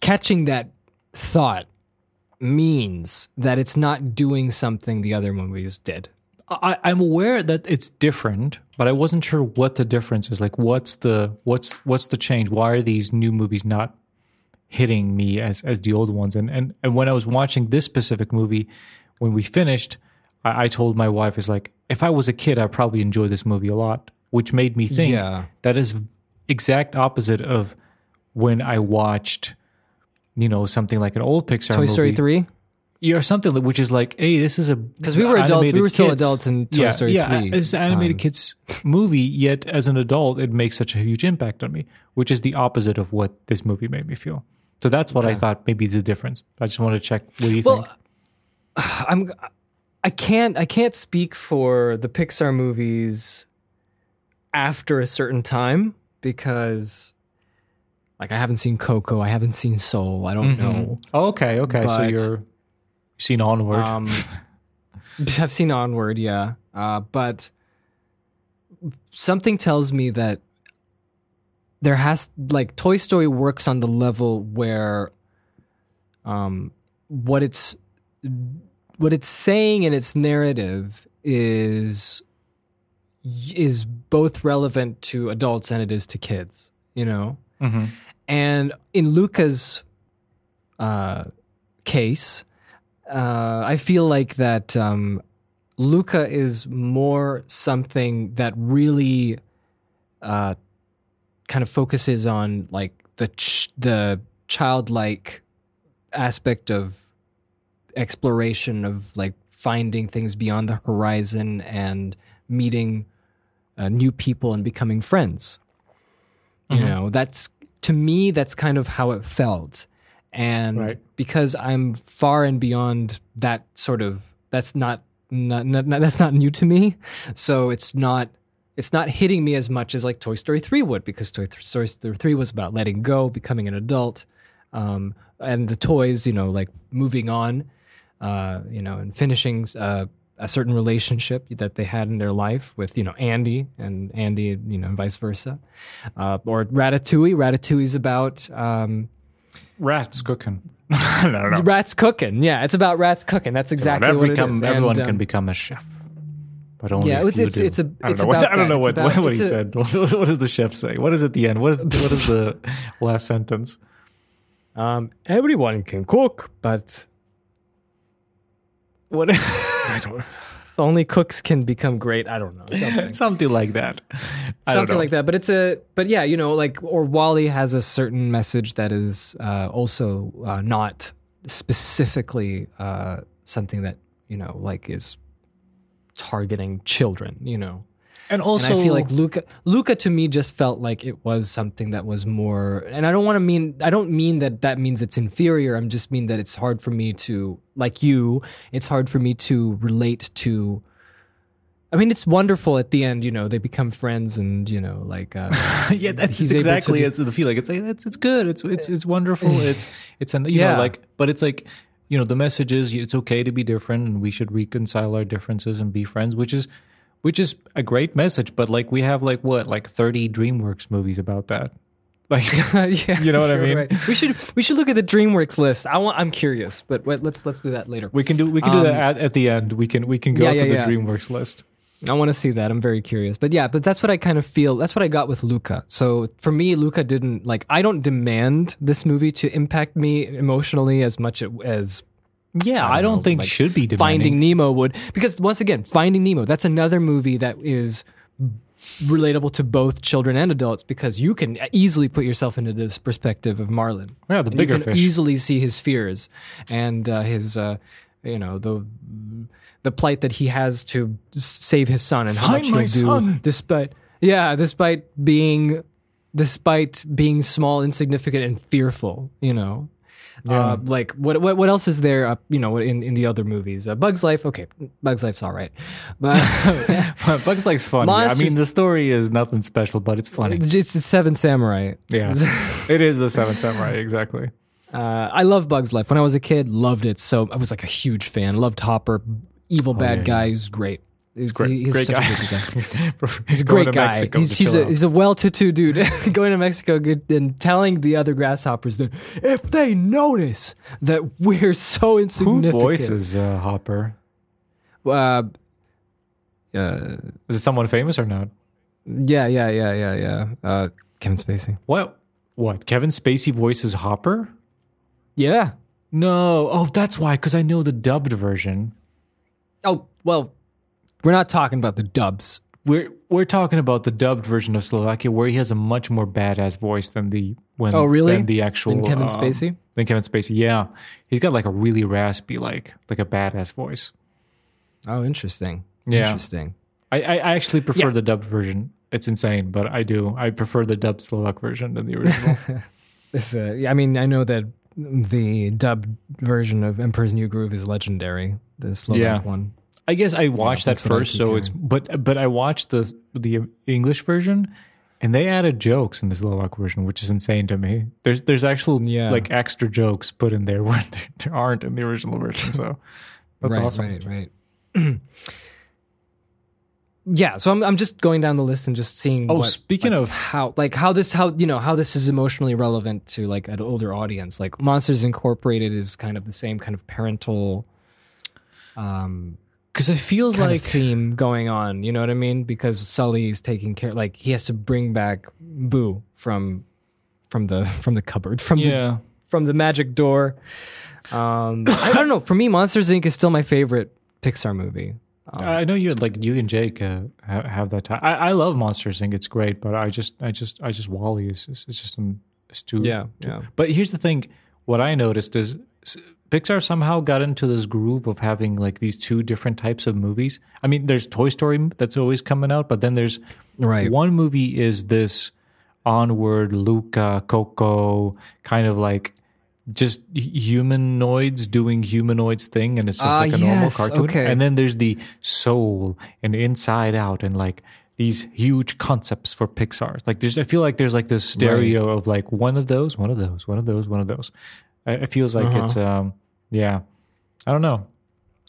S2: catching that thought means that it's not doing something the other movies did.
S3: I, I'm aware that it's different, but I wasn't sure what the difference is. Like, what's the what's what's the change? Why are these new movies not hitting me as as the old ones? And and and when I was watching this specific movie, when we finished, I, I told my wife, "Is like if I was a kid, I probably enjoyed this movie a lot," which made me think
S2: Yeah.
S3: that is exact opposite of when I watched, you know, something like an old Pixar
S2: Toy Story
S3: movie.
S2: three.
S3: Yeah, or something like- which is like, hey, this is a because
S2: we were adults- we were still adults in Toy
S3: yeah,
S2: Story
S3: yeah,
S2: 3
S3: It's an
S2: at the time.
S3: animated kids movie, yet as an adult, it makes such a huge impact on me, which is the opposite of what this movie made me feel. So that's what I thought maybe the difference. I just want to check. What do you
S2: Well,
S3: think?
S2: I'm I can't I can't speak for the Pixar movies after a certain time because like I haven't seen Coco, I haven't seen Soul, I don't know.
S3: Oh, okay, okay. so
S2: mm-hmm. but-
S3: you're you've seen onward.
S2: Um I've seen Onward, yeah. Uh but something tells me that there has like Toy Story works on the level where um what it's what it's saying in its narrative is is both relevant to adults and it is to kids, you know?
S3: hmm
S2: And in Luca's uh, case, uh, I feel like that um, Luca is more something that really uh, kind of focuses on like the ch- the childlike aspect of exploration of like finding things beyond the horizon and meeting uh, new people and becoming friends you
S3: Mhm.
S2: know that's to me that's kind of how it felt and
S3: Right.
S2: because i'm far and beyond that sort of that's not, not, not, not that's not new to me so it's not it's not hitting me as much as like toy story 3 would because toy Th- story 3 was about letting go becoming an adult um, and the toys you know like moving on uh, you know and finishing uh, a certain relationship that they had in their life with you know andy and andy you know and vice versa uh, or Ratatouille. Ratatouille's about um,
S3: Rats cooking. no, no, no.
S2: rats cooking. Yeah, it's about rats cooking. That's exactly what
S3: Every
S2: it
S3: come-
S2: is.
S3: everyone
S2: And, um,
S3: can become a chef, but only
S2: Yeah,
S3: if
S2: it's
S3: you
S2: it's,
S3: do.
S2: it's a.
S3: I don't
S2: it's
S3: know what,
S2: about
S3: I don't
S2: that.
S3: know
S2: It's
S3: what,
S2: about-
S3: what he
S2: it's a-
S3: said. What, what does the chef say? What is at the end? What is what is the last sentence?
S2: Um, everyone can cook, but
S3: What
S2: only cooks can become great. I don't know something.
S3: something like that? I don't
S2: something
S3: know.
S2: like that. But it's a but yeah, you know, like or Wally has a certain message that is uh, also uh, not specifically uh, something that you know like is targeting children. You know,
S3: And also,
S2: and I feel like Luca Luca to me just felt like it was something that was more and I don't want to mean I don't mean that that means it's inferior I'm just mean that it's hard for me to like you it's hard for me to relate to I mean it's wonderful at the end you know they become friends and you know like uh,
S3: yeah, that's
S2: he's
S3: it's
S2: able to
S3: exactly
S2: do-
S3: it's the feeling. It's like it's it's good. It's it's it's wonderful. It's it's an you
S2: Yeah.
S3: know like, but it's like you know the message is it's okay to be different, and we should reconcile our differences and be friends, which is which is a great message. But like we have like what like thirty DreamWorks movies about that. Like
S2: yeah,
S3: you know what I
S2: you're
S3: mean.
S2: right. we should we should look at the DreamWorks list I want I'm curious but wait, let's let's do that later
S3: We can do we can do that at, at the end. We can we can go
S2: Um, Yeah,
S3: to
S2: yeah,
S3: the
S2: yeah.
S3: DreamWorks list.
S2: I want to see that. I'm very curious. But yeah, but that's what I kind of feel. That's what I got with Luca. So for me, Luca didn't like. I don't demand this movie to impact me emotionally as much it- as
S3: Yeah, I don't,
S2: know,
S3: think
S2: like,
S3: should be demanding.
S2: Finding Nemo would, because once again, Finding Nemo. That's another movie that is relatable to both children and adults because you can easily put yourself into this perspective of Marlin.
S3: Yeah, the
S2: And
S3: bigger
S2: you can
S3: fish.
S2: easily see his fears and uh, his uh, you know the the plight that he has to s- save his son and how
S3: Find
S2: much he'll
S3: my
S2: do
S3: son.
S2: despite yeah despite being despite being small insignificant and fearful you know uh, like what what what else is there uh, you know in, in the other movies uh, Bugs Life okay Bugs Life's all right but
S3: Bugs Life's funny. I
S2: Monsters-
S3: mean, the story is nothing special, but it's funny.
S2: it's, it's Seven Samurai
S3: Yeah, it is the Seven Samurai exactly.
S2: Uh, I love Bugs Life. When I was a kid, loved it. So I was like a huge fan. Loved Hopper, evil bad
S3: Oh, yeah,
S2: guy. He's great. He's
S3: Great,
S2: he- he's
S3: great
S2: such
S3: guy.
S2: A good design.
S3: he's
S2: He's a great guy. he's he's a, he's a well-to-do dude going to Mexico good, and telling the other grasshoppers that if they notice that we're so uh,
S3: Who
S2: insignificant,
S3: voices uh, Hopper?
S2: Uh, Uh,
S3: Is it someone famous or not?
S2: yeah, yeah, yeah, yeah, yeah. Uh, Kevin Spacey.
S3: What? What? Kevin Spacey voices Hopper?
S2: Yeah.
S3: No. Oh, that's why. Because I know the dubbed version.
S2: Oh well, we're not talking about the dubs.
S3: We're we're talking about the dubbed version of Slovakia, where he has a much more badass voice than the when.
S2: Oh, really?
S3: Than the actual
S2: Than Kevin
S3: um,
S2: Spacey?
S3: Than Kevin Spacey. Yeah, he's got like a really raspy, like like a badass voice.
S2: Oh, interesting.
S3: Yeah.
S2: Interesting.
S3: I I, I actually prefer the dubbed version. It's insane, but I do. I prefer the dubbed Slovak version than the original.
S2: This, uh, yeah, I mean, I know that the dubbed version of Emperor's New Groove is legendary. The Slovak
S3: Yeah.
S2: one.
S3: I guess I watched that
S2: that's what I
S3: first,
S2: keep
S3: so it's but but I watched the the English version, and they added jokes in the Slovak version, which is insane to me. There's there's actual
S2: Yeah.
S3: like extra jokes put in there where there, there aren't in the original version. So that's
S2: right,
S3: awesome.
S2: Right, right. yeah, so I'm I'm just going down the list and just seeing.
S3: Oh,
S2: what,
S3: speaking
S2: like,
S3: of-
S2: how, like how this how you know how this is emotionally relevant to like an older audience. Like Monsters Incorporated is kind of the same kind of parental, um,
S3: Because it feels
S2: kind
S3: like
S2: of theme going on. You know what I mean? Because Sully is taking care, like he has to bring back Boo from from the from the cupboard from the
S3: yeah,
S2: from the magic door. Um, I, I don't know. For me, Monsters Inc. is still my favorite Pixar movie. Um,
S3: I know you like you and Jake uh, ha- have that time. I, I love Monsters Inc. It's great, but I just I just I just Wally is is, is just um, it's too
S2: yeah, yeah,
S3: But here's the thing: what I noticed is s- Pixar somehow got into this groove of having like these two different types of movies. I mean, there's Toy Story m- that's always coming out, but then there's
S2: right.
S3: one movie is this onward Luca Coco kind of like just h- humanoids doing humanoids thing and it's just
S2: Ah,
S3: like a normal
S2: yes,
S3: cartoon
S2: okay.
S3: and then there's the soul and inside out and like these huge concepts for pixar like there's i feel like there's like this stereo of like one of those one of those one of those one of those I- it feels like
S2: Uh-huh.
S3: it's um yeah i don't know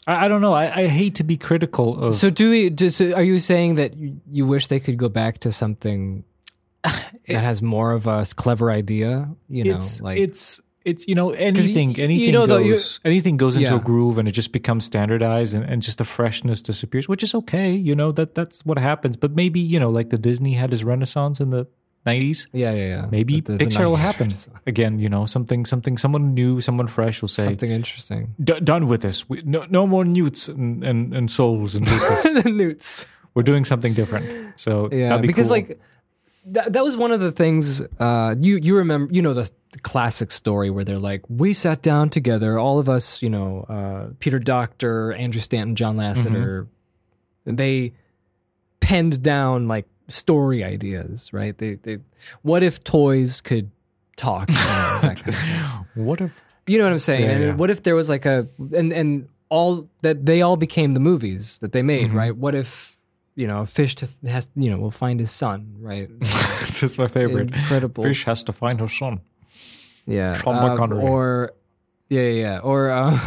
S3: i, I don't know I, I hate to be critical of
S2: So do we? Do, so are you saying that you you wish they could go back to something that has more of a clever idea? You know,
S3: it's
S2: like
S3: it's it's you know anything anything
S2: know, though,
S3: goes
S2: you-
S3: anything goes into a
S2: Yeah.
S3: groove and it just becomes standardized and, and just the freshness disappears which is okay you know that that's what happens but maybe you know like the disney had his renaissance in the 90s
S2: yeah, yeah, yeah.
S3: maybe
S2: The- the- the
S3: pixar will
S2: 90s
S3: happen again you know something something someone new someone fresh will say
S2: Something interesting.
S3: "D- done with this we, no, no more newts and, and, and souls and Lucas.
S2: the newts.
S3: we're doing something different so
S2: Yeah,
S3: that'd be
S2: because
S3: cool.
S2: like that, that was one of the things uh, you you remember you know the, the classic story where they're like we sat down together all of us you know uh, Peter Doctor Andrew Stanton John Lasseter
S3: Mm-hmm.
S2: they penned down like story ideas right they they what if toys could talk you know, that kind of
S3: what if
S2: you know what I'm saying?
S3: Yeah,
S2: and
S3: yeah.
S2: what if there was like a and and all that they all became the movies that they
S3: Mm-hmm.
S2: made, right? What if you know a fish to, has you know will find his son, right?
S3: this is my favorite
S2: Incredible.
S3: fish has to find her son
S2: yeah,
S3: Sean
S2: um,
S3: Connery.
S2: or yeah, yeah, yeah, or uh,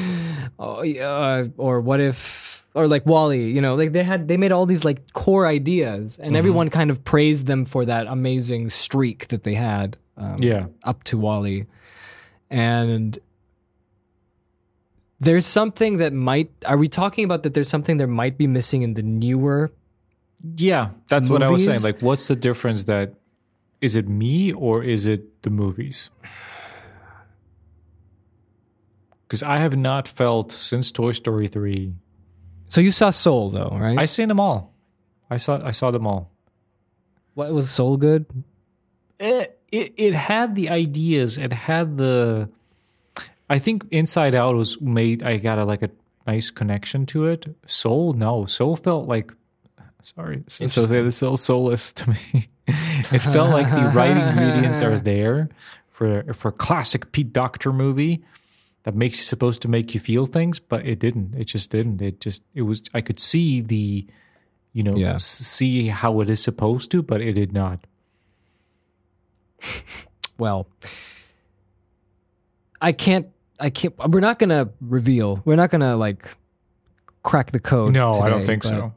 S2: oh, yeah, uh, or what if or like Wally, you know, like they had they made all these like core ideas,
S3: Mm-hmm.
S2: and everyone kind of praised them for that amazing streak that they had. Um,
S3: yeah
S2: up to Wally. And there's something that might are we talking about that there's something there might be missing in the newer
S3: Yeah, that's what I was saying.
S2: Movies?
S3: Like, what's the difference that is it me or is it the movies? Because I have not felt since Toy Story three.
S2: So you saw Soul though, right?
S3: I seen them all. I saw I saw them all.
S2: what was Soul good?
S3: It, Eh, it it had the ideas. It had the. I think Inside Out was made. I got a, like a nice connection to it. Soul no, Soul felt like. Sorry, so so
S2: Interesting.
S3: they're so soulless to me. it felt like the right ingredients are there for for a classic Pete Doctor movie that makes you supposed to make you feel things, but it didn't. It just didn't. It just it was. I could see the, you know,
S2: Yeah.
S3: s- see how it is supposed to, but it did not.
S2: Well, I can't I can't we're not going to reveal. We're not going to like crack the code.
S3: No, I don't
S2: today,
S3: think
S2: but,
S3: so.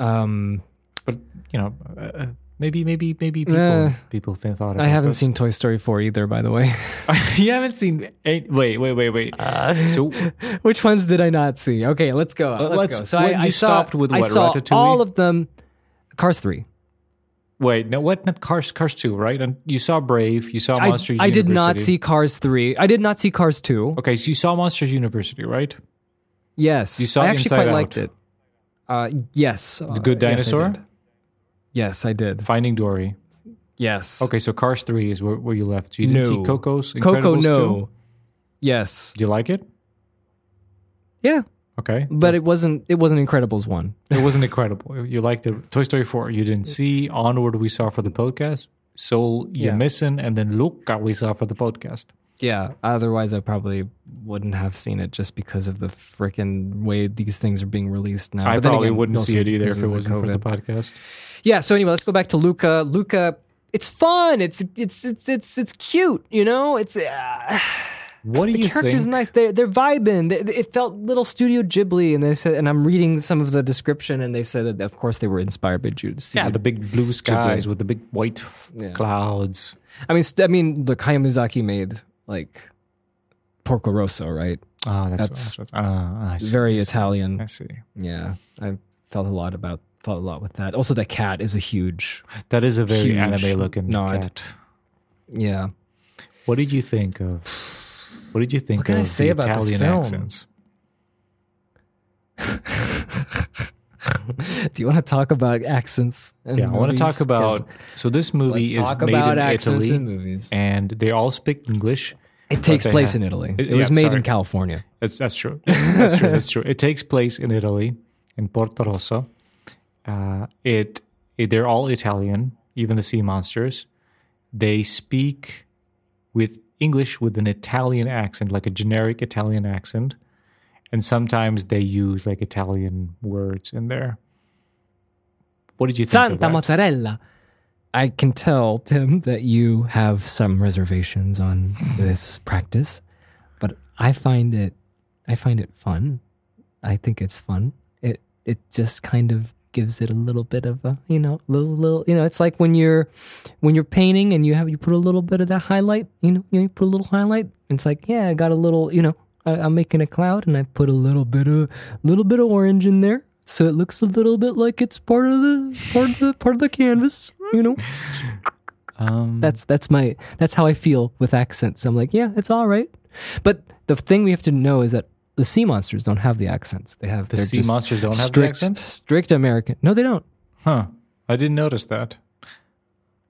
S2: Um
S3: but you know, uh, Maybe, maybe, maybe people
S2: Eh,
S3: people think thought. About
S2: I haven't
S3: this.
S2: seen Toy Story 4 either, by the way.
S3: you haven't seen. Eight, wait, wait, wait, wait.
S2: Uh,
S3: so
S2: Which ones did I not see? Okay, let's go.
S3: Uh,
S2: Let's,
S3: let's-
S2: go. So
S3: well,
S2: I, I
S3: you
S2: saw,
S3: stopped with
S2: I
S3: what,
S2: saw
S3: Ratatouille?
S2: all of them. Cars 3.
S3: wait, no, what? Not Cars, Cars Two, right? And you saw Brave. You saw
S2: I,
S3: Monsters.
S2: I did not
S3: University.
S2: see Cars 3. I did not see Cars 2.
S3: Okay, so you saw Monsters University, right?
S2: Yes.
S3: You saw
S2: I actually
S3: Inside
S2: quite
S3: Out.
S2: liked it. Uh, yes. The
S3: Good Dinosaur?
S2: Yes, I did.
S3: Finding Dory.
S2: Yes.
S3: Okay, so Cars Three is where, where you left. So you didn't see
S2: No.
S3: Coco's.
S2: Coco,
S3: Incredibles
S2: no.
S3: 2?
S2: Yes.
S3: Do you like it?
S2: Yeah,
S3: Okay,
S2: but it wasn't. It wasn't Incredibles one.
S3: it wasn't incredible. You liked it. Toy Story Four. You didn't see Onward. We saw for the podcast. Soul. You're
S2: Yeah.
S3: missing, and then Luca. We saw for the podcast.
S2: Yeah. Otherwise, I probably wouldn't have seen it just because of the freaking way these things are being released now.
S3: I
S2: But then
S3: probably
S2: again,
S3: wouldn't
S2: also
S3: see it either
S2: because
S3: if it
S2: of the
S3: wasn't for
S2: COVID.
S3: the podcast.
S2: Yeah. So anyway, let's go back to Luca. Luca, it's fun. It's it's it's it's it's cute. You know, it's uh,
S3: What do
S2: the
S3: you
S2: characters
S3: think?
S2: nice. They're they're vibing. They- they- It felt little Studio Ghibli, and they said. And I'm reading some of the description, and they said that of course they were inspired by Jude.
S3: yeah,
S2: Studio
S3: the big blue skies with the big white f-
S2: Yeah.
S3: clouds.
S2: I mean, st- I mean, look, Hayao Miyazaki made like Porco Rosso, right?
S3: Ah, that's,
S2: That's
S3: that's, ah, I see,
S2: Very
S3: I see, I
S2: Italian.
S3: see.
S2: Yeah, I felt a lot about felt a lot with that. Also, the cat is a huge.
S3: That is a very
S2: Huge
S3: anime-looking
S2: nod.
S3: cat.
S2: Yeah,
S3: What did you think of? What did you think
S2: can I
S3: of
S2: say
S3: the
S2: about this
S3: Italian
S2: film?
S3: accents?
S2: do you want to talk about accents? And
S3: Yeah, I want to
S2: movies?
S3: talk
S2: 'Cause
S3: about. So this movie
S2: let's
S3: is
S2: talk
S3: made
S2: about
S3: in
S2: accents
S3: Italy,
S2: in movies.
S3: and they all speak English.
S2: It takes
S3: they
S2: place
S3: have-
S2: in Italy.
S3: It-
S2: It, was
S3: Uh, yeah,
S2: made
S3: sorry.
S2: in California.
S3: That's that's true. That's true. That's true. It takes place in Italy, in Porto Rosso. Uh, it, it they're all Italian, even the sea monsters. They speak with English with an Italian accent, like a generic Italian accent, and sometimes they use like Italian words in there. What did you think? of
S2: Santa
S3: that?
S2: mozzarella. I can tell, Tim, that you have some reservations on this practice, but I find it I find it fun. I think it's fun. It it just kind of gives it a little bit of a, you know, little little, you know, it's like when you're when you're painting and you have you put a little bit of that highlight, you know, you put a little highlight, it's like, yeah, I got a little, you know, I, I'm making a cloud and I put a little bit of little bit of orange in there. So it looks a little bit like it's part of the part of the part of the canvas, you know.
S3: Mm. Um,
S2: That's that's my that's how I feel with accents. I'm like, yeah, it's all right. But the thing we have to know is that the sea monsters don't have the accents. They have
S3: the
S2: they're
S3: sea
S2: just
S3: monsters don't have the
S2: strict,
S3: accent.
S2: strict American. No, they don't.
S3: Huh? I didn't notice that.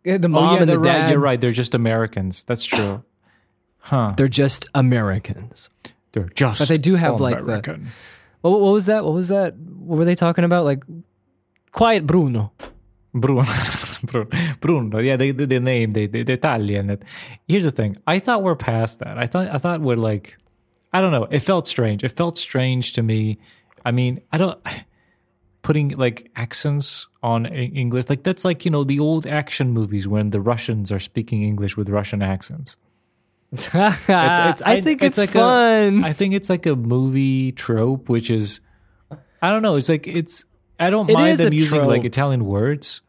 S2: Yeah, The
S3: oh
S2: mom and
S3: yeah,
S2: the
S3: they're right.
S2: dad,
S3: You're right. They're just Americans. That's true. Huh?
S2: they're just Americans.
S3: They're just.
S2: But they do have, like, the-
S3: American.
S2: What, what was that? What was that? What were they talking about? Like, quiet Bruno.
S3: Bruno. Bruno. Bruno. Yeah, they, they, they name they, they the Italian. It- Here's the thing. I thought we're past that. I thought I thought we're like, I don't know. It felt strange. It felt strange to me. I mean, I don't putting like accents on E- English like that's like you know the old action movies when the Russians are speaking English with Russian accents.
S2: Uh, I think it's,
S3: like
S2: fun.
S3: A, I think it's like a movie trope, which is, I don't know. It's like it's. I don't
S2: It
S3: mind
S2: is
S3: them
S2: a
S3: using like
S2: trope.
S3: Italian words,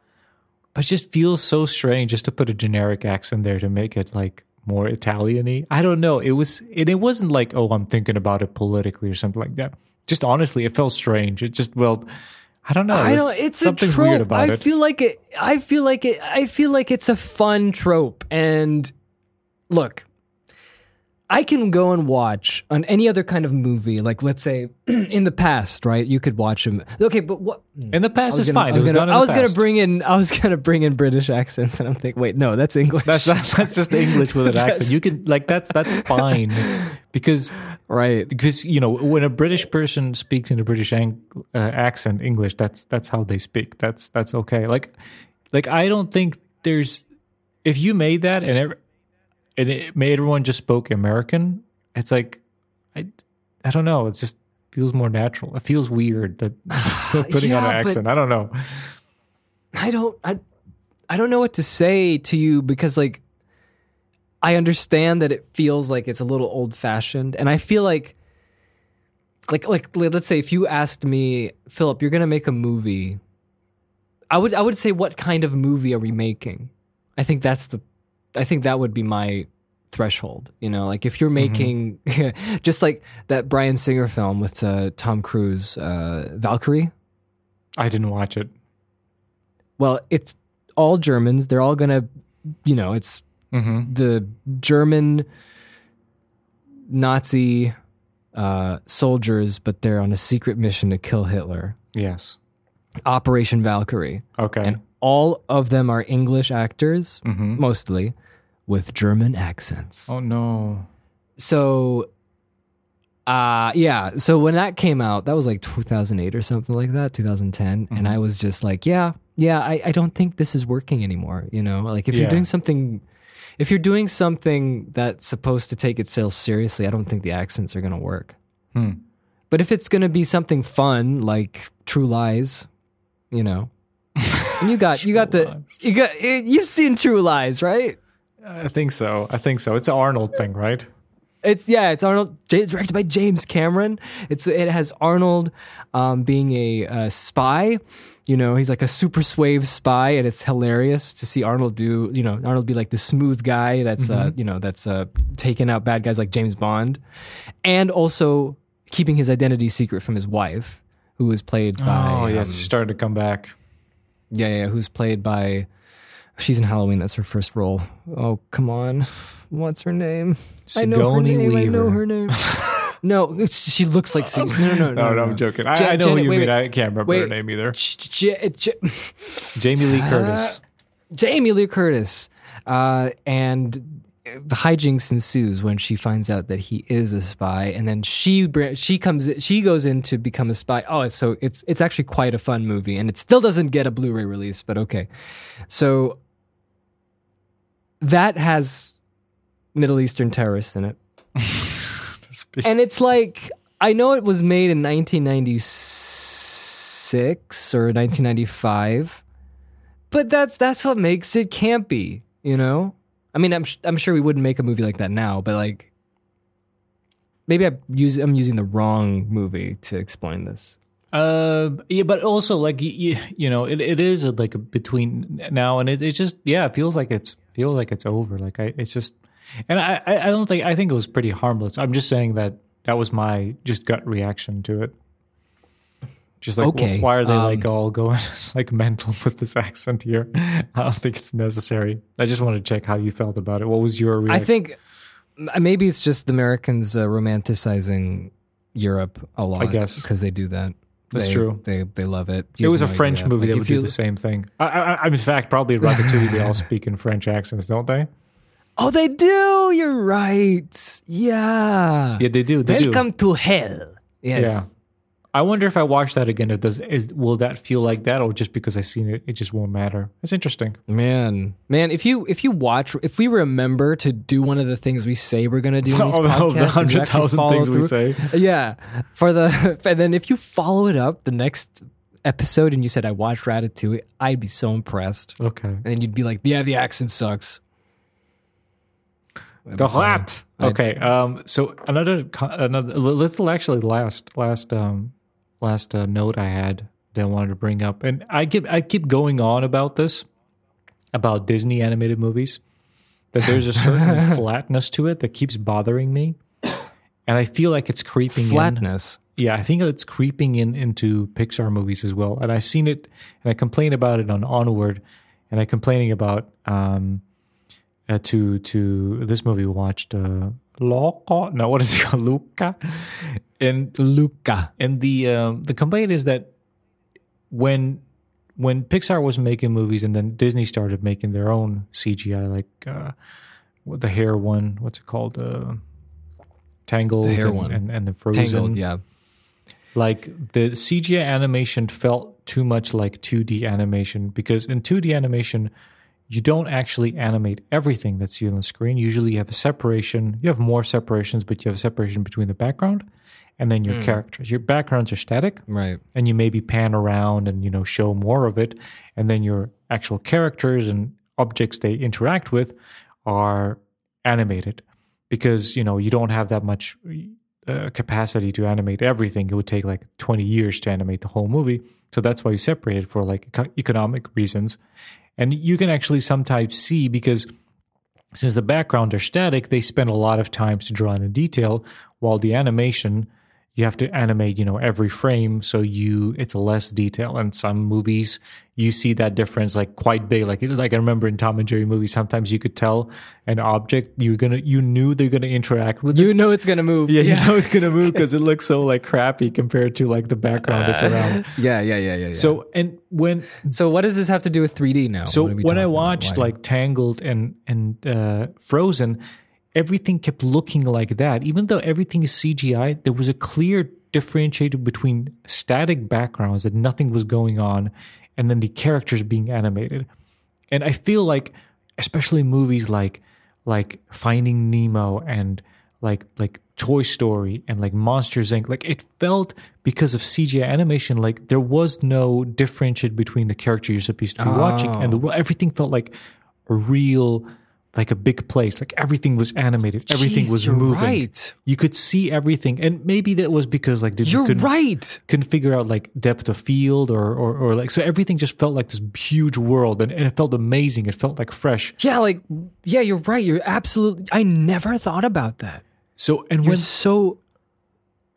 S3: but it just feels so strange just to put a generic accent there to make it like more Italian-y. I don't know. It was it, it wasn't like oh I'm thinking about it politically or something like that. Just honestly, it felt strange. It just well, I don't know.
S2: I don't.
S3: It's
S2: It's
S3: something
S2: a trope.
S3: weird about
S2: I
S3: it.
S2: feel like it. I feel like it. I feel like it's a fun trope. And look, I can go and watch on any other kind of movie. Like let's say in the past, right? You could watch them. Okay, but what?
S3: and the past
S2: I was
S3: is
S2: gonna-
S3: fine.
S2: I was,
S3: it was
S2: gonna,
S3: done in
S2: I
S3: the
S2: was gonna
S3: past.
S2: bring in. I was gonna bring in British accents, and I'm thinking, wait, no, that's English.
S3: That's that's, that's just English with an accent.
S2: That's-
S3: You can like that's that's fine because
S2: right.
S3: because you know when a British person speaks in a British ang- uh, accent English, that's that's how they speak. That's that's okay. Like like I don't think there's if you made that and ev- and it made everyone just spoke American, it's like I I don't know. It just feels more natural. It feels weird that putting on an
S2: Yeah, but-
S3: accent. I don't know.
S2: I don't I I don't know what to say to you because like I understand that it feels like it's a little old fashioned and I feel like like like let's say if you asked me Philip you're going to make a movie I would I would say what kind of movie are we making? I think that's the I think that would be my threshold, you know, like if you're making just like that Brian Singer film with uh, Tom Cruise uh, Valkyrie.
S3: I didn't watch it.
S2: Well, it's all Germans. They're all going to you know, it's
S3: Mm-hmm.
S2: the German Nazi uh, soldiers, but they're on a secret mission to kill Hitler.
S3: Yes.
S2: Operation Valkyrie.
S3: Okay.
S2: And all of them are English actors,
S3: mm-hmm.
S2: mostly with German accents.
S3: Oh no.
S2: So, uh, yeah. So when that came out, that was like 2008 or something like that, 2010. And
S3: Mm-hmm.
S2: I was just like, yeah, yeah, I, I don't think this is working anymore. You know, like if
S3: Yeah.
S2: you're doing something, if you're doing something that's supposed to take itself seriously, I don't think the accents are going to work.
S3: Hmm.
S2: But if it's going to be something fun, like True Lies, you know, and you got, you got
S3: True
S2: the,
S3: Lies.
S2: you got, eh, you've seen True Lies, right?
S3: I think so. I think so. It's an Arnold thing, right?
S2: It's yeah, it's Arnold J- directed by James Cameron. It's it has Arnold um, being a uh, spy. You know, he's like a super suave spy, and it's hilarious to see Arnold do. You know, Arnold be like the smooth guy that's uh, you know that's uh, taking out bad guys like James Bond, and also keeping his identity secret from his wife, who is played by
S3: oh
S2: um,
S3: yes, she started to come back.
S2: yeah, yeah, who's played by she's in Halloween. That's her first role. Oh, come on. What's her name?
S3: Sigourney
S2: I know her name. I know
S3: Weaver.
S2: her name. no, it's- she looks like Sig- no, no, no,
S3: No,
S2: no,
S3: no, I'm joking. I,
S2: Je-
S3: I know
S2: Janet-
S3: who you
S2: wait,
S3: mean.
S2: wait.
S3: I can't remember her
S2: Wait.
S3: name either.
S2: J- J- J-
S3: Jamie Lee Curtis.
S2: Jamie Lee Curtis. Uh, and hijinks ensues when she finds out that he is a spy, and then she br- she comes she goes in to become a spy. Oh, it's so it's it's actually quite a fun movie, and it still doesn't get a Blu-ray release, but okay. So that has Middle Eastern terrorists in it, and it's like I know it was made in 1996 or 1995, but that's that's what makes it campy, you know. I mean, I'm sh- I'm sure we wouldn't make a movie like that now, but like maybe I use I'm using the wrong movie to explain this.
S3: Uh, yeah, but also like you, you know, it, it is like a between now and it, it just yeah, it feels like it's feels like it's over. Like I, it's just, and I, I I don't think I think it was pretty harmless. I'm just saying that that was my just gut reaction to it. Just like,
S2: Okay,
S3: wh- why are they
S2: um,
S3: like all going like mental with this accent here? I don't think it's necessary. I just want to check how you felt about it. What was your
S2: I
S3: reaction?
S2: think m- maybe it's just the Americans uh, romanticizing Europe a lot.
S3: guess.
S2: because they do that.
S3: That's
S2: They-
S3: true.
S2: They they love it.
S3: it
S2: You
S3: was a
S2: have no
S3: French
S2: idea.
S3: movie
S2: Like,
S3: that
S2: if
S3: would do
S2: you-
S3: the same thing. I, I, I'm in fact probably Ratatouille. they all speak in French accents, don't they?
S2: Oh, they do. You're right. Yeah.
S3: Yeah, they do. They do.
S2: Welcome to hell. Yes.
S3: Yeah. I wonder if I watch that again, it does is will that feel like that, or just because I seen it, it just won't matter. It's interesting.
S2: Man, man, if you if you watch, if we remember to do one of the things we say we're gonna do, in these
S3: All Oh, the- all
S2: podcasts,
S3: the
S2: and we
S3: hundred
S2: actually
S3: thousand
S2: follow
S3: things we
S2: through-
S3: say.
S2: yeah, for the and then if you follow it up the next episode and you said I watched Ratatouille, I'd be so impressed,
S3: Okay.
S2: and then you'd be like, yeah, the accent sucks.
S3: The rat.
S2: I-
S3: Okay. Um. So another co- another. Let's actually last last um last uh, note I had that I wanted to bring up, and I keep I keep going on about this about Disney animated movies that there's a certain flatness to it that keeps bothering me, and I feel like it's creeping in.
S2: Flatness.
S3: Yeah, I think it's creeping in into Pixar movies as well. And I've seen it, and I complain about it on Onward, and I'm complaining about um, uh, to to this movie we watched uh, Loco. No, what is it called, Luca? And
S2: Luca.
S3: and the um, the complaint is that when when Pixar was making movies and then Disney started making their own CGI, like uh, what the hair one, what's it called, uh, Tangled,
S2: hair
S3: and,
S2: one.
S3: and and the Frozen,
S2: Tangled. Yeah.
S3: like the CGI animation felt too much like 2D animation because in 2D animation you don't actually animate everything that's on the screen. Usually you have a separation, you have more separations, but you have a separation between the background and then your characters. Your backgrounds are static
S2: Right.
S3: and you maybe pan around and you know show more of it and then your actual characters and objects they interact with are animated because you know you don't have that much uh, capacity to animate everything. It would take like 20 years to animate the whole movie. So that's why you separate it for like eco- economic reasons. And you can actually sometimes see because since the background are static, they spend a lot of time to draw in the detail, while the animation you have to animate, you know, every frame, so you it's less detail. And some movies you see that difference like quite big. Like like I remember in Tom and Jerry movies, sometimes you could tell an object you're gonna you knew they're gonna interact with. it.
S2: You know it's gonna move.
S3: Yeah, you know it's gonna move because it looks so like crappy compared to like the background that's around.
S2: yeah, yeah, yeah, yeah. yeah.
S3: So and when
S2: so what does this have to do with 3D now?
S3: so
S2: What are we
S3: when I
S2: talking about?
S3: watched
S2: Why?
S3: like Tangled and and uh, Frozen, everything kept looking like that. Even though everything is CGI, there was a clear differentiator between static backgrounds that nothing was going on, and then the characters being animated. And I feel like, especially movies like like Finding Nemo and like like Toy Story and like Monsters Inc. Like it felt because of CGI animation, like there was no differentiate between the character you're supposed to be watching and the
S2: Oh.
S3: world. Everything felt like a real, like a big place. Like everything was animated, everything
S2: Jeez,
S3: was
S2: you're
S3: moving.
S2: Right.
S3: You could see everything, and maybe that was because like did
S2: You're
S3: couldn't,
S2: right.
S3: couldn't figure out like depth of field or, or or like so everything just felt like this huge world, and, and it felt amazing. It felt like fresh.
S2: Yeah, like yeah, you're right. You're absolutely. I never thought about that.
S3: So and
S2: You're
S3: when
S2: so.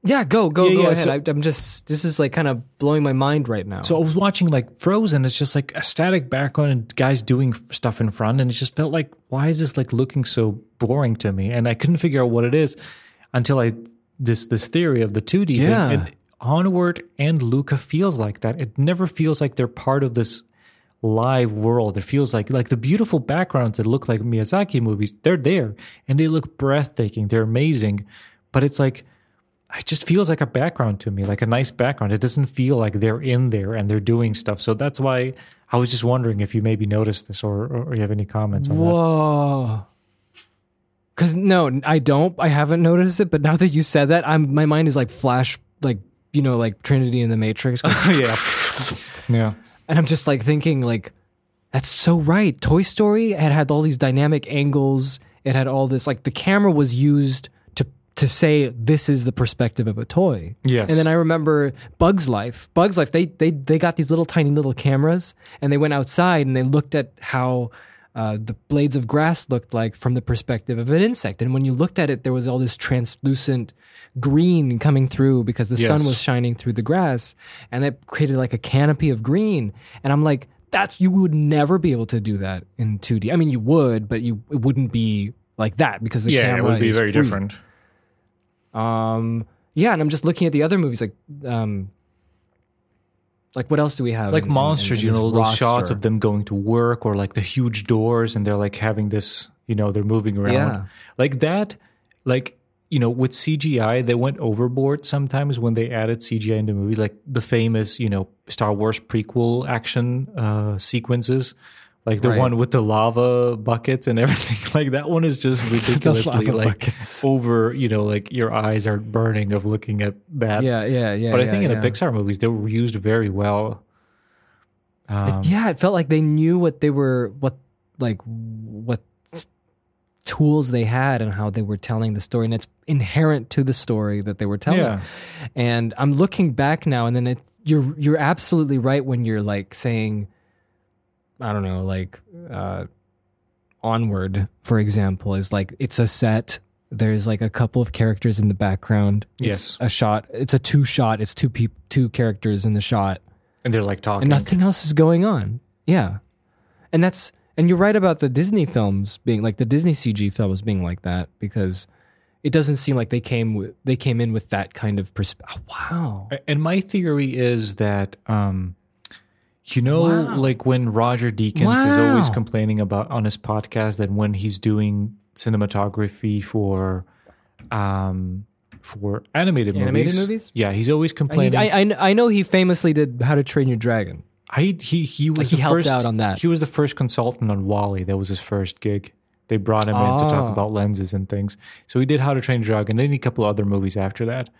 S2: Yeah, go go
S3: Yeah,
S2: go
S3: yeah,
S2: ahead.
S3: so-
S2: I, I'm just. This is like kind of blowing my mind right now.
S3: So I was watching like Frozen. It's just like a static background and guys doing f- stuff in front, and it just felt like, why is this like looking so boring to me? And I couldn't figure out what it is until I this this theory of the two D
S2: Yeah.
S3: thing. And Onward and Luca feels like that. It never feels like they're part of this live world. It feels like like the beautiful backgrounds that look like Miyazaki movies. They're there and they look breathtaking. They're amazing, but it's like it just feels like a background to me, like a nice background. It doesn't feel like they're in there and they're doing stuff. So that's why I was just wondering if you maybe noticed this or, or you have any comments on that.
S2: Whoa. Cause no, I don't. I haven't noticed it, but now that you said that, I'm my mind is like flash, like you know, like Trinity in the Matrix,
S3: yeah, yeah,
S2: and I'm just like thinking, like, that's so right. Toy Story had had all these dynamic angles. It had all this, like, the camera was used to to say this is the perspective of a toy.
S3: yes.
S2: And then I remember Bugs Life. Bugs Life. They they they got these little tiny little cameras, and they went outside and they looked at how uh, the blades of grass looked like from the perspective of an insect. And when you looked at it, there was all this translucent green coming through because the sun
S3: Yes.
S2: was shining through the grass, and that created like a canopy of green. And I'm like, that's you would never be able to do that in 2D. I mean, you would, but you it wouldn't be like that because the camera is free. Um, yeah, and I'm just looking at the other movies, like, um, like what else do we have?
S3: Like
S2: in- in-
S3: monsters,
S2: in
S3: you
S2: this
S3: know, those shots
S2: roster?
S3: of them going to work or like the huge doors and they're like having this, you know, they're moving around.
S2: Yeah.
S3: Like that, like, you know, with CGI, they went overboard sometimes when they added CGI into movies, like the famous, you know, Star Wars prequel action uh, sequences. Like the
S2: Right.
S3: one with the lava buckets and everything, like that one is just ridiculously
S2: lava
S3: like
S2: buckets.
S3: over. You know, like your eyes are burning of looking at that.
S2: Yeah, yeah, yeah.
S3: but I
S2: yeah,
S3: think in
S2: yeah.
S3: the Pixar movies they were used very well. Um,
S2: yeah, it felt like they knew what they were, what like what s- tools they had and how they were telling the story, and it's inherent to the story that they were telling.
S3: Yeah.
S2: And I'm looking back now, and then it, you're you're absolutely right when you're like saying, I don't know, like uh, onward, for example, is like it's a set. There's like a couple of characters in the background. It's
S3: Yes.
S2: a shot. It's a two shot. It's two peop two characters in the shot,
S3: and they're like talking.
S2: and nothing else is going on. Yeah, and that's and you're right about the Disney films being like the Disney CG films being like that because it doesn't seem like they came with, they came in with that kind of perspective. wow.
S3: And my theory is that, um, you know,
S2: Wow.
S3: like when Roger Deakins is always
S2: Wow.
S3: complaining about on his podcast that when he's doing cinematography for, um, for animated,
S2: Animated
S3: movies,
S2: movies?
S3: yeah, he's always
S2: I,
S3: complaining.
S2: I I know he famously did How to Train Your Dragon.
S3: I he he was
S2: Like, he
S3: the
S2: helped
S3: first,
S2: out on that.
S3: He was the first consultant on Wally. That was his first gig. They brought him in to
S2: Ah.
S3: talk about lenses and things. So he did How to Train Your Dragon, then a couple other movies after that.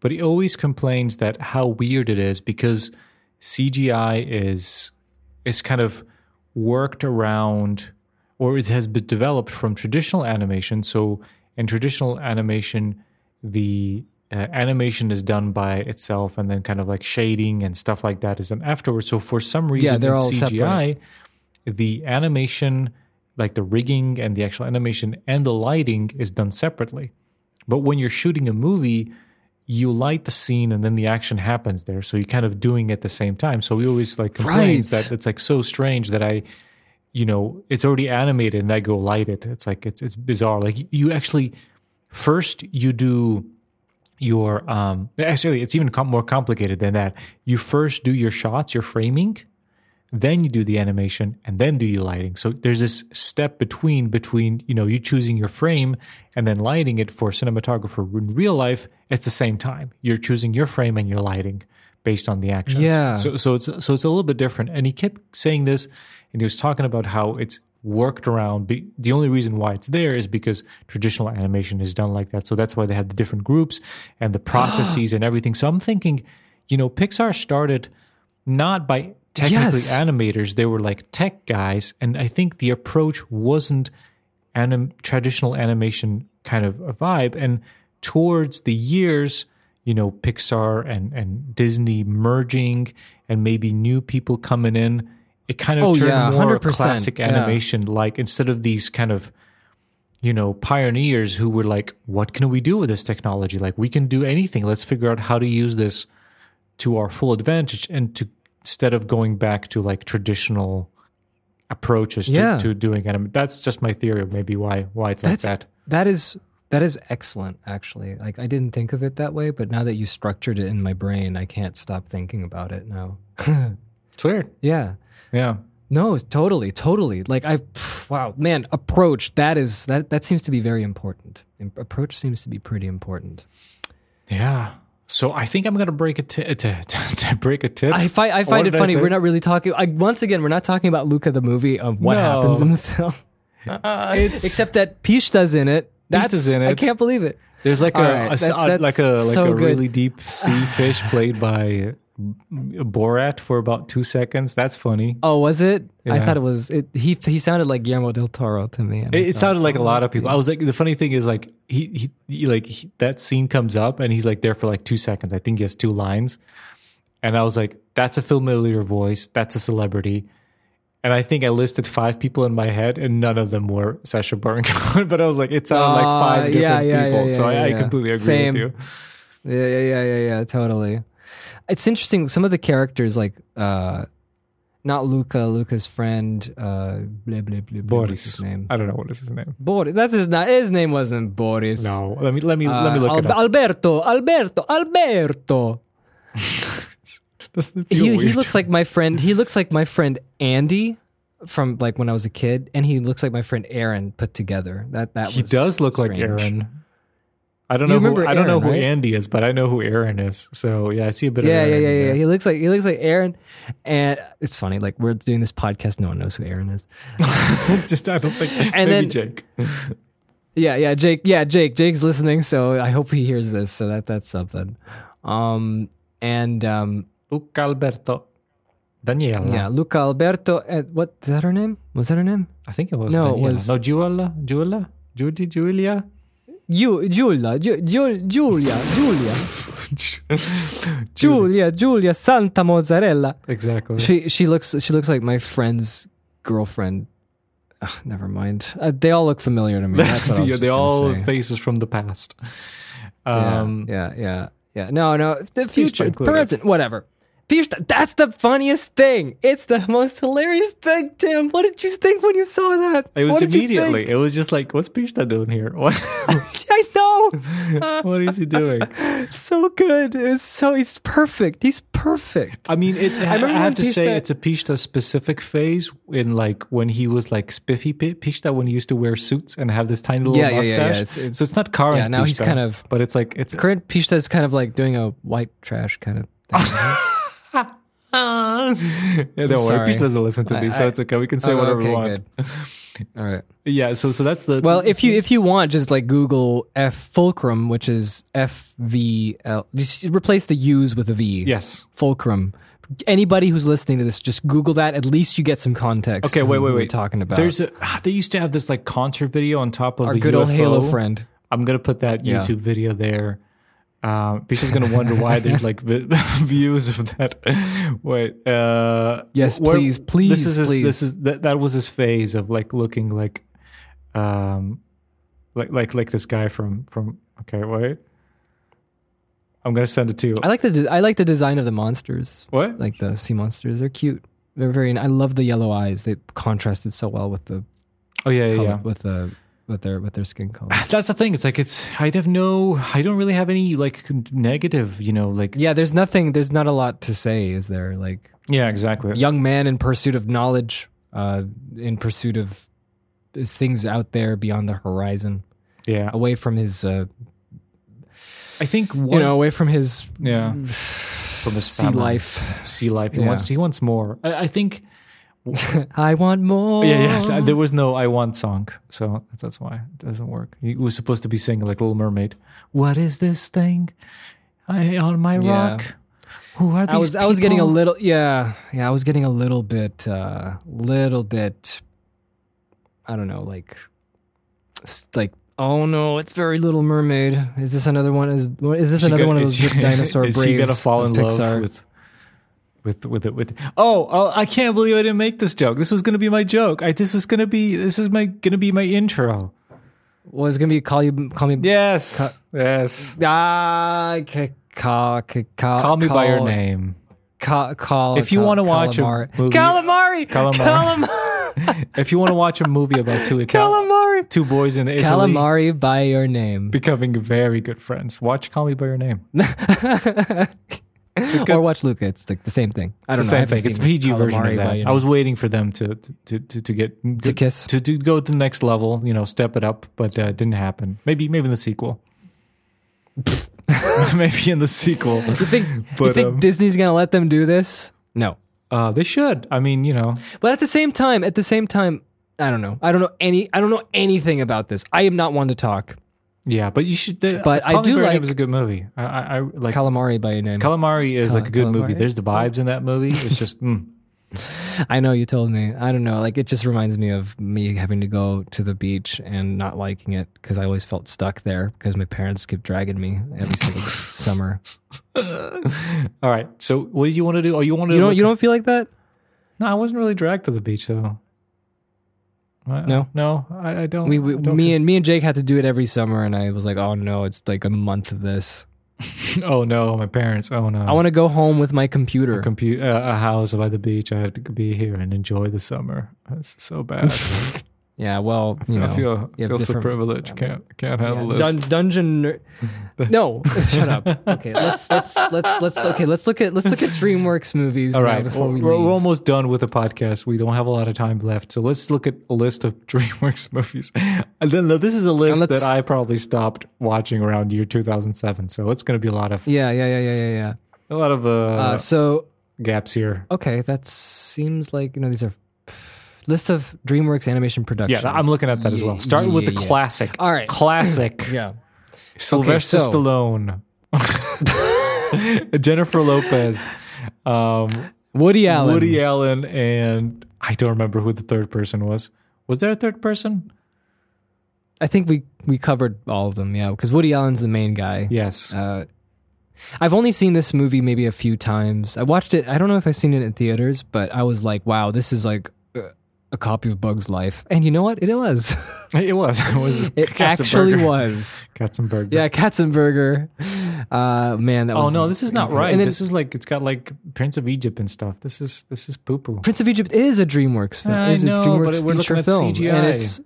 S3: But he always complains that how weird it is because CGI is is kind of worked around or it has been developed from traditional animation. So in traditional animation, the uh, animation is done by itself, and then kind of like shading and stuff like that is done afterwards. So for some reason,
S2: they're
S3: in
S2: all
S3: CGI, the animation, like the rigging and the actual animation and the lighting, is done separately. But when you're shooting a movie, you light the scene and then the action happens there. So you're kind of doing it at the same time. So we always like complain
S2: Right.
S3: that it's like so strange that I, you know, it's already animated and I go light it. It's like it's it's bizarre. Like you actually first you do your um actually it's even com- more complicated than that. You first do your shots, your framing, then you do the animation and then do your lighting so there's this step between between you know you choosing your frame and then lighting it for a cinematographer in real life it's the same time you're choosing your frame and your lighting based on the actions
S2: Yeah.
S3: so so it's so it's a little bit different and he kept saying this and he was talking about how it's worked around Be- the only reason why it's there is because traditional animation is done like that so that's why they have the different groups and the processes and everything so i'm thinking you know pixar started not by technically
S2: Yes.
S3: animators they were like tech guys and i think the approach wasn't anim- traditional animation kind of a vibe and towards the years you know pixar and, and disney merging and maybe new people coming in it kind of
S2: Oh,
S3: turned
S2: yeah,
S3: more
S2: 100%,
S3: classic
S2: yeah.
S3: animation like instead of these kind of you know pioneers who were like what can we do with this technology like we can do anything let's figure out how to use this to our full advantage and to instead of going back to like traditional approaches to,
S2: Yeah.
S3: to doing anime that's just my theory of maybe why why it's
S2: That's-
S3: like that
S2: That is that is excellent, actually. Like I didn't think of it that way, but now that you structured it in my brain, I can't stop thinking about it now.
S3: it's weird
S2: Yeah.
S3: yeah
S2: No, totally, totally. Like I, pff, wow, man, approach. That is that. That seems to be very important. Im- Approach seems to be pretty important.
S3: yeah so i think i'm gonna break a ti- to, to, to break a tip
S2: I find I
S3: What
S2: find
S3: did
S2: it
S3: I
S2: funny.
S3: say?
S2: We're not really talking. I, once again, we're not talking about Luca the movie of what
S3: No.
S2: happens in the film,
S3: it's
S2: except that Pishta's in it. That's
S3: Pishta's in
S2: I
S3: it.
S2: can't believe it.
S3: there's like a,
S2: All right,
S3: a s-
S2: that's-
S3: uh,
S2: that's
S3: like a like
S2: so
S3: a
S2: good.
S3: really deep sea fish played by borat for about two seconds that's funny
S2: Oh, was it? I
S3: Yeah.
S2: thought it was. It, he he sounded like Guillermo del Toro to me. and I
S3: It, it
S2: thought,
S3: sounded like a
S2: oh,
S3: lot of people.
S2: yeah.
S3: I was like, the funny thing is, like he, he, he like he, that scene comes up and he's like there for like two seconds. I think he has two lines, and I was like, that's a familiar voice. That's a celebrity. And I think I listed five people in my head, and none of them were Sasha Baron Cohen. but I was like, it sounded like
S2: Uh,
S3: five
S2: yeah,
S3: different
S2: yeah,
S3: people.
S2: yeah,
S3: so
S2: yeah,
S3: I,
S2: yeah.
S3: I completely agree
S2: Same.
S3: with you.
S2: Yeah, yeah, yeah, yeah, yeah, totally. It's interesting. Some of the characters, like uh, not Luca, Luca's friend, uh, blah, blah, blah, blah, what's
S3: Boris.
S2: his name?
S3: I don't know what is his name.
S2: Boris. That's his name. His name wasn't Boris.
S3: No, let me let me let me
S2: Uh,
S3: look
S2: Al-
S3: it up.
S2: Alberto, Alberto, Alberto.
S3: Doesn't it feel
S2: He, he
S3: weird?
S2: looks like my friend. He looks like my friend Andy from like when I was a kid, and he looks like my friend Aaron put together. That that
S3: he
S2: was
S3: does look like
S2: strange.
S3: Aaron. I don't
S2: You
S3: know. Who,
S2: remember
S3: I don't know
S2: Aaron,
S3: who
S2: right?
S3: Andy is, but I know who Aaron is. So yeah, I see a bit
S2: Yeah,
S3: of
S2: yeah,
S3: Aaron
S2: yeah,
S3: in
S2: yeah,
S3: there.
S2: He looks like he looks like Aaron, and it's funny. Like we're doing this podcast, no one knows who Aaron is.
S3: Just I don't think.
S2: And
S3: maybe
S2: then-
S3: Jake.
S2: Yeah, yeah, Jake. Yeah, Jake. Jake's listening, so I hope he hears this. So that that's something. Um, and um,
S3: Luca Alberto, Daniela.
S2: yeah, Luca Alberto. eh, what is that her name? Was that her name?
S3: I think it was.
S2: No, it
S3: Daniela.
S2: was-
S3: no Julia, Julia, Judy, Julia,
S2: You, Giulia, Giu, Giu, Giulia, Giulia,
S3: Julia.
S2: Giulia, Giulia, Santa Mozzarella.
S3: Exactly.
S2: She she looks she looks like my friend's girlfriend. Ugh, never mind. Uh, they all look familiar to me. That's what I was
S3: Yeah,
S2: just
S3: they
S2: gonna
S3: all
S2: say.
S3: faces from the past.
S2: Yeah,
S3: Um,
S2: yeah, yeah, yeah. No, no, the future,
S3: included.
S2: present, whatever. Pishta, that's the funniest thing. It's the most hilarious thing, Tim. What did you think when you saw that?
S3: It was
S2: What did you
S3: immediately.
S2: think?
S3: It was just like, what's Pista doing here? What?
S2: I know. Uh,
S3: what is he doing?
S2: so good. It's so he's perfect. He's perfect.
S3: I mean, it's. I,
S2: remember
S3: have to
S2: when
S3: say,
S2: Pishta-
S3: it's a Pishta specific phase in like when he was like spiffy Pi- Pishta when he used to wear suits and have this tiny little
S2: Yeah, yeah, yeah,
S3: mustache.
S2: yeah. It's- it's-
S3: so it's not current.
S2: yeah, now he's
S3: Pishta,
S2: kind of-
S3: but it's like it's.
S2: Current Pishta is kind of like doing a white trash kind of thing.
S3: Ah. yeah, don't worry.
S2: sorry.
S3: Pishta doesn't listen to
S2: I-
S3: these, so
S2: I- Oh,
S3: it's okay. We can say whatever we want.
S2: good. All right.
S3: Yeah. So so that's the
S2: Well, if you if you want, just like Google F fulcrum, which is F V L. Just replace the U's with a V.
S3: yes.
S2: fulcrum. Anybody who's listening to this, just Google that. At least you get some context.
S3: Okay.
S2: on
S3: Wait. Wait.
S2: what We're
S3: Wait.
S2: talking about
S3: There's a. ah, They used to have this like concert video on top of
S2: our
S3: the
S2: good old Halo
S3: UFO.
S2: friend.
S3: I'm gonna put that
S2: Yeah.
S3: YouTube video there. Um, people are gonna wonder why there's like vi- views of that. Wait, uh,
S2: Yes,
S3: where-
S2: please, please,
S3: This is his,
S2: please.
S3: this is that, that was his phase of like looking like, um, like like like this guy from from. Okay, wait, I'm gonna send it to you.
S2: I like the de- I like the design of the monsters,
S3: what?
S2: like the sea monsters. They're cute. They're very. I love the yellow eyes. They contrasted so well with the
S3: oh yeah, yeah,
S2: color,
S3: yeah.
S2: with the with their with their skin color.
S3: That's the thing. It's like it's. I have no. I don't really have any like negative. You know, like
S2: yeah, there's nothing. There's not a lot to say, is there? Like
S3: yeah, exactly.
S2: young man in pursuit of knowledge, uh, in pursuit of there's things out there beyond the horizon,
S3: Yeah,
S2: away from his, uh,
S3: I think one,
S2: you know, away from his
S3: Yeah,
S2: from
S3: his
S2: sea
S3: family.
S2: life.
S3: sea life. He
S2: Yeah.
S3: wants. He wants more. I, I think. Um,
S2: I want more.
S3: Yeah, yeah. th- There was no "I want" song, so that's, that's why it doesn't work. He was supposed to be singing like Little Mermaid. What is this thing? I on my
S2: Yeah.
S3: rock. Who are these?
S2: I was I was getting a
S3: people?
S2: little yeah yeah I was getting a little bit uh little bit I don't know like s- like oh no it's very Little Mermaid is this another one is what- is this
S3: Is she
S2: another
S3: gonna-
S2: one of
S3: is
S2: those
S3: she-
S2: good dinosaur
S3: Is
S2: braves
S3: she gonna fall
S2: of
S3: in
S2: Pixar?
S3: love with? With, with it with oh, oh I can't believe I didn't make this joke. This was gonna be my joke. I this was gonna be this is my gonna be my intro.
S2: well it's gonna be call you call me
S3: Yes, yes.
S2: ah ca- ca- ca- ca-
S3: Call me by your
S2: call-
S3: name.
S2: ca- call
S3: If you
S2: ca-
S3: wanna watch a
S2: calamari.
S3: movie-
S2: calamari
S3: Calamari.
S2: Calam-
S3: If you want to watch a movie about two Italian
S2: calamari
S3: two boys in Italy
S2: calamari by your name
S3: becoming very good friends, watch Call Me by Your Name.
S2: or watch Luca. It's like the same thing. I don't
S3: It's
S2: know. I
S3: the
S2: haven't
S3: same thing. It's
S2: seen
S3: PG version
S2: Calamari
S3: of
S2: by
S3: that.
S2: you
S3: I was waiting for them to to to, to get
S2: to kiss.
S3: to, to go to the next level. You know, step it up, but uh, it didn't happen. Maybe maybe in the sequel. maybe in the sequel.
S2: You think you
S3: But,
S2: think
S3: um,
S2: Disney's gonna let them do this? No.
S3: Uh, they should. I mean, you know,
S2: But at the same time, at the same time, I don't know. I don't know any. I don't know anything about this. I am not one to talk.
S3: yeah. But you should. They,
S2: But I
S3: Call Me
S2: do
S3: by Your Name
S2: like-
S3: is a good movie. I, I, I like.
S2: Calamari by your name.
S3: Calamari is
S2: Cal-
S3: like a good movie.
S2: Calamari?
S3: There's the vibes in that movie. It's just mm.
S2: I know you told me. I don't know. Like it just reminds me of me having to go to the beach and not liking it because I always felt stuck there because my parents kept dragging me every single summer.
S3: all right. So what did you want to do? Oh, you want to
S2: You don't. You don't feel like that?
S3: No, I wasn't really dragged to the beach though. I-
S2: No?
S3: no, I, I don't.
S2: we, we
S3: I don't
S2: me and me and Jake had to do it every summer, and I was like, oh no, it's like a month of this.
S3: feel- oh no, my parents. Oh no,
S2: I want to go home with my computer.
S3: compu- uh, a house by the beach. I have to be here and enjoy the summer. That's so bad.
S2: yeah, well, you know,
S3: I feel
S2: you have
S3: feel so
S2: different-
S3: privileged. Can't can't handle
S2: yeah,
S3: this.
S2: dun- dungeon. Ner- no, shut up. Okay, let's let's let's let's okay, let's look at let's look at DreamWorks movies.
S3: All
S2: now
S3: right,
S2: before
S3: we're,
S2: we
S3: we're
S2: leave.
S3: almost done with the podcast. We don't have a lot of time left, so let's look at a list of DreamWorks movies. And then no, this is a list
S2: let's-
S3: that I probably stopped watching around year 2007. So it's going to be a lot of
S2: yeah, yeah, yeah, yeah, yeah, yeah.
S3: a lot of uh,
S2: Uh, so
S3: gaps here.
S2: okay, that seems like you know these are list of DreamWorks animation
S3: Yeah,
S2: productions.
S3: I'm looking at that as
S2: Yeah,
S3: well. Starting with the
S2: yeah, yeah.
S3: classic.
S2: All right.
S3: Classic.
S2: Yeah.
S3: Sylvester
S2: so-
S3: Stallone. Jennifer Lopez. Um,
S2: Woody Allen.
S3: Woody Allen. And I don't remember who the third person was. Was there a third person?
S2: I think we we covered all of them. Yeah, because Woody Allen's the main guy.
S3: Yes.
S2: Uh, I've only seen this movie maybe a few times. I watched it. I don't know if I've seen it in theaters, but I was like, "Wow, this is like uh, a copy of Bug's Life." And you know what? It was.
S3: it was. It was.
S2: It
S3: Katzenberger.
S2: actually was.
S3: Katzenberger.
S2: Yeah, Katzenberger. Uh, man, that
S3: Oh
S2: was.
S3: no, this is not right.
S2: And then
S3: this is like it's got like Prince of Egypt and stuff. This is this is poo poo.
S2: Prince of Egypt is a DreamWorks film.
S3: I
S2: is
S3: know,
S2: a
S3: but
S2: DreamWorks
S3: we're looking
S2: feature
S3: at
S2: film,
S3: CGI.
S2: and it's.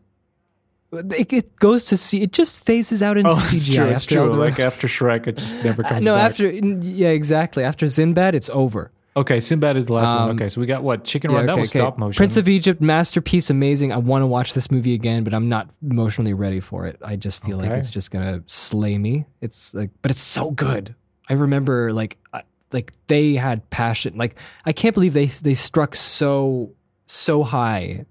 S2: It, it goes to see. It just phases out into
S3: Oh,
S2: CGI.
S3: it's true. It's
S2: after all
S3: true.
S2: the-
S3: Like after Shrek, it just never
S2: Uh,
S3: comes
S2: no,
S3: back.
S2: after yeah, exactly. After Sinbad, it's over.
S3: Okay, Sinbad is the last
S2: Um,
S3: one. Okay, so we got what? Chicken Run.
S2: Yeah,
S3: that
S2: okay,
S3: was
S2: okay.
S3: stop motion.
S2: Prince of Egypt, masterpiece, amazing. I want to watch this movie again, but I'm not emotionally ready for it. I just feel like
S3: Okay.
S2: it's just gonna slay me. It's like, but it's so good. I remember like, I, like they had passion. Like I can't believe they they struck so so high,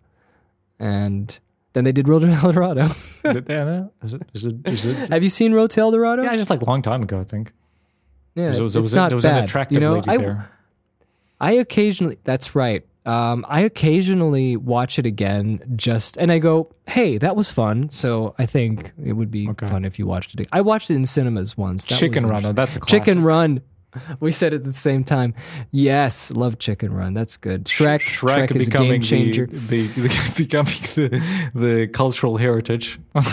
S2: and then they did Road to El Dorado.
S3: Is it, yeah, no? is it, is it, is it,
S2: Have you seen Road to El Dorado?
S3: yeah, just like a long time ago, I think.
S2: Yeah,
S3: There
S2: it's, it's
S3: was, there was, a-
S2: not
S3: there was
S2: bad.
S3: an attractive
S2: you know,
S3: lady
S2: I,
S3: there.
S2: I occasionally. That's right. Um, I occasionally watch it again, just and I go, "Hey, that was fun." So I think it would be
S3: Okay.
S2: fun if you watched it. I watched it in cinemas once. That
S3: Chicken
S2: was
S3: Run. oh,
S2: interesting.
S3: That's a classic.
S2: Chicken Run. We said it at the same time. Yes, love Chicken Run. That's good. Shrek. Shrek, is a game changer.
S3: The, the, the becoming the, the cultural heritage with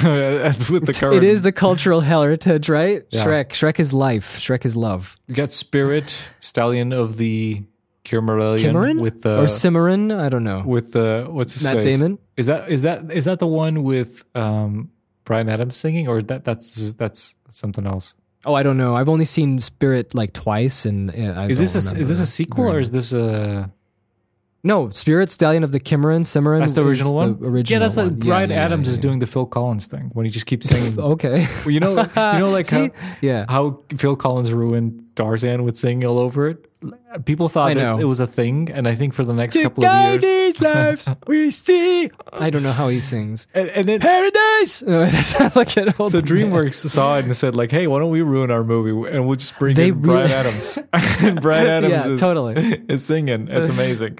S3: the current.
S2: It is the cultural heritage, right?
S3: Yeah.
S2: Shrek. Shrek is life. Shrek is love.
S3: You got Spirit, Stallion of the Kimmeralian
S2: Cimarron
S3: with the
S2: or Cimarron? I don't know.
S3: with the what's his
S2: Matt
S3: face?
S2: Damon?
S3: Is that is that is that the one with um Brian Adams singing or that that's that's something else?
S2: Oh, I don't know. I've only seen Spirit like twice, and uh, I
S3: Is this
S2: don't
S3: a,
S2: remember
S3: is this a
S2: very
S3: sequel or
S2: much.
S3: is this a
S2: No, Spirit Stallion of the Cimarron. Cimarron.
S3: that's the
S2: is
S3: original one?
S2: The original
S3: yeah, that's
S2: one.
S3: like Brian
S2: yeah, yeah,
S3: Adams
S2: yeah,
S3: is
S2: yeah.
S3: doing the Phil Collins thing when he just keeps singing.
S2: Okay.
S3: Well, you know, you know, like
S2: See?
S3: how,
S2: yeah.
S3: how Phil Collins ruined Tarzan with singing all over it. People
S2: I
S3: thought
S2: know.
S3: that it was a thing, and I think for the next couple
S2: To
S3: of
S2: guide
S3: years,
S2: these lives we see. I don't know how he sings.
S3: and, and then
S2: Paradise. Oh, that sounds like an old
S3: So DreamWorks saw it and said, like, "Hey, why don't we ruin our movie and we'll just bring
S2: They
S3: in Brian
S2: really-
S3: Adams?" and Brian Adams
S2: Yeah,
S3: is
S2: totally.
S3: is singing. It's amazing.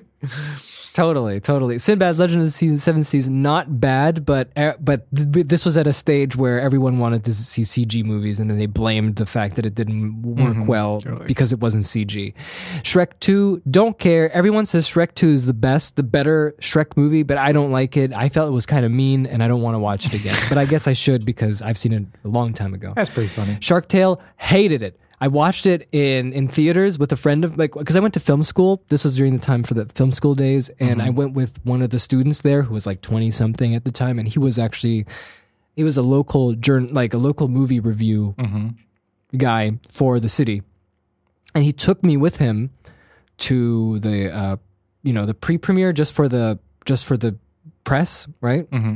S2: Totally, totally. Sinbad's Legend of the Sea- Seven Seas not bad, but er, but th- th- this was at a stage where everyone wanted to see CG movies, and then they blamed the fact that it didn't work well
S3: Totally.
S2: because it wasn't CG. Shrek Two, don't care. Everyone says Shrek Two is the best, the better Shrek movie, but I don't like it. I felt it was kind of mean, and I don't want to watch it again. but I guess I should because I've seen it a long time ago.
S3: That's pretty funny.
S2: Shark Tale hated it. I watched it in in theaters with a friend of like because I went to film school. This was during the time for the film school days, and I went with one of the students there who was like twenty something at the time, and he was actually he was a local journ like a local movie review guy for the city, and he took me with him to the uh, you know the pre premiere just for the just for the press right
S3: Mm-hmm.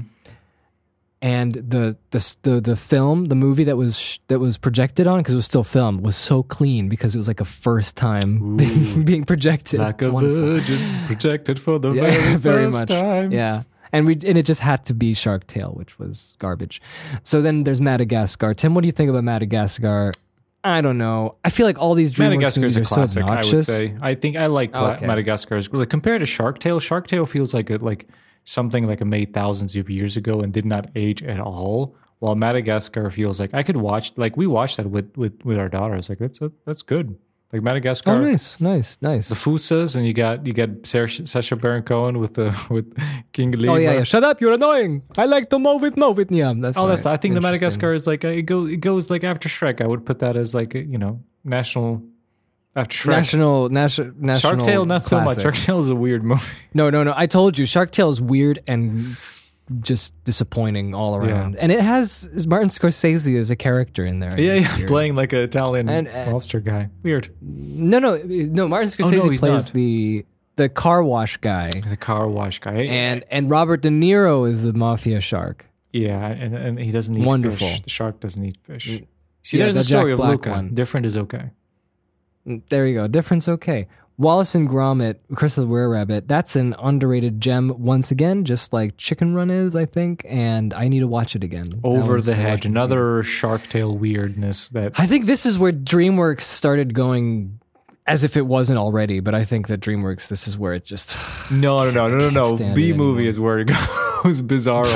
S2: and the the the the film, the movie that was sh- that was projected on because it was still film was so clean because it was like a first time being, being projected.
S3: Like
S2: It's
S3: a
S2: wonderful.
S3: virgin projected for the
S2: Yeah,
S3: very,
S2: very
S3: first
S2: much.
S3: time.
S2: Yeah. And we and it just had to be Shark Tale, which was garbage. So then there's Madagascar. Tim, what do you think about Madagascar? I don't know. I feel like all these DreamWorks
S3: Madagascar
S2: movies
S3: is a
S2: are so
S3: classic. I
S2: obnoxious.
S3: would say. I think I like Cla-
S2: Okay.
S3: Madagascar. as- Like, compared to Shark Tale, Shark Tale feels like it like something like it made thousands of years ago and did not age at all. While Madagascar feels like I could watch. Like we watched that with with with our daughters. Like that's that's good. Like Madagascar.
S2: Oh, nice, nice, nice.
S3: the Fusas, and you got you got Sarah, Sasha Baron Cohen with the with King Lima.
S2: oh yeah, yeah. Shut up! You're annoying. I like to move it, move it. Yeah, that's
S3: Oh, that's
S2: right.
S3: I think the
S2: Interesting.
S3: Madagascar is like it go it goes like after Shrek. I would put that as like a, you know national after Shrek.
S2: National, national, national.
S3: Shark Tale, not so much.
S2: classic.
S3: Shark Tale is a weird movie.
S2: No, no, no. I told you, Shark Tale is weird and just disappointing all around. And it has Martin Scorsese as a character in there.
S3: Yeah, yeah,
S2: Weird.
S3: playing like an Italian
S2: And, uh,
S3: lobster guy. Weird.
S2: No, no, no. Martin Scorsese
S3: Oh, he's
S2: plays
S3: not.
S2: the the car wash guy,
S3: The car wash guy.
S2: and and Robert De Niro is the mafia shark.
S3: yeah, and, and he doesn't eat
S2: Wonderful.
S3: fish. The shark doesn't eat fish.
S2: Mm.
S3: See,
S2: Yeah,
S3: there's
S2: the
S3: the story
S2: Jack
S3: of
S2: Black
S3: Luca.
S2: one.
S3: Different is okay.
S2: Mm, There you go. Difference okay. Wallace and Gromit, Chris of the Were Rabbit. That's an underrated gem once again, just like Chicken Run is, I think. And I need to watch it again. That
S3: Over
S2: was
S3: the
S2: so much
S3: hedge.
S2: fun.
S3: Another Shark Tale weirdness that
S2: I think this is where DreamWorks started going as if it wasn't already, but I think that DreamWorks, this is where it just.
S3: No, no, no, no,
S2: can't
S3: no, no.
S2: stand
S3: B
S2: it
S3: movie is where it goes bizarro.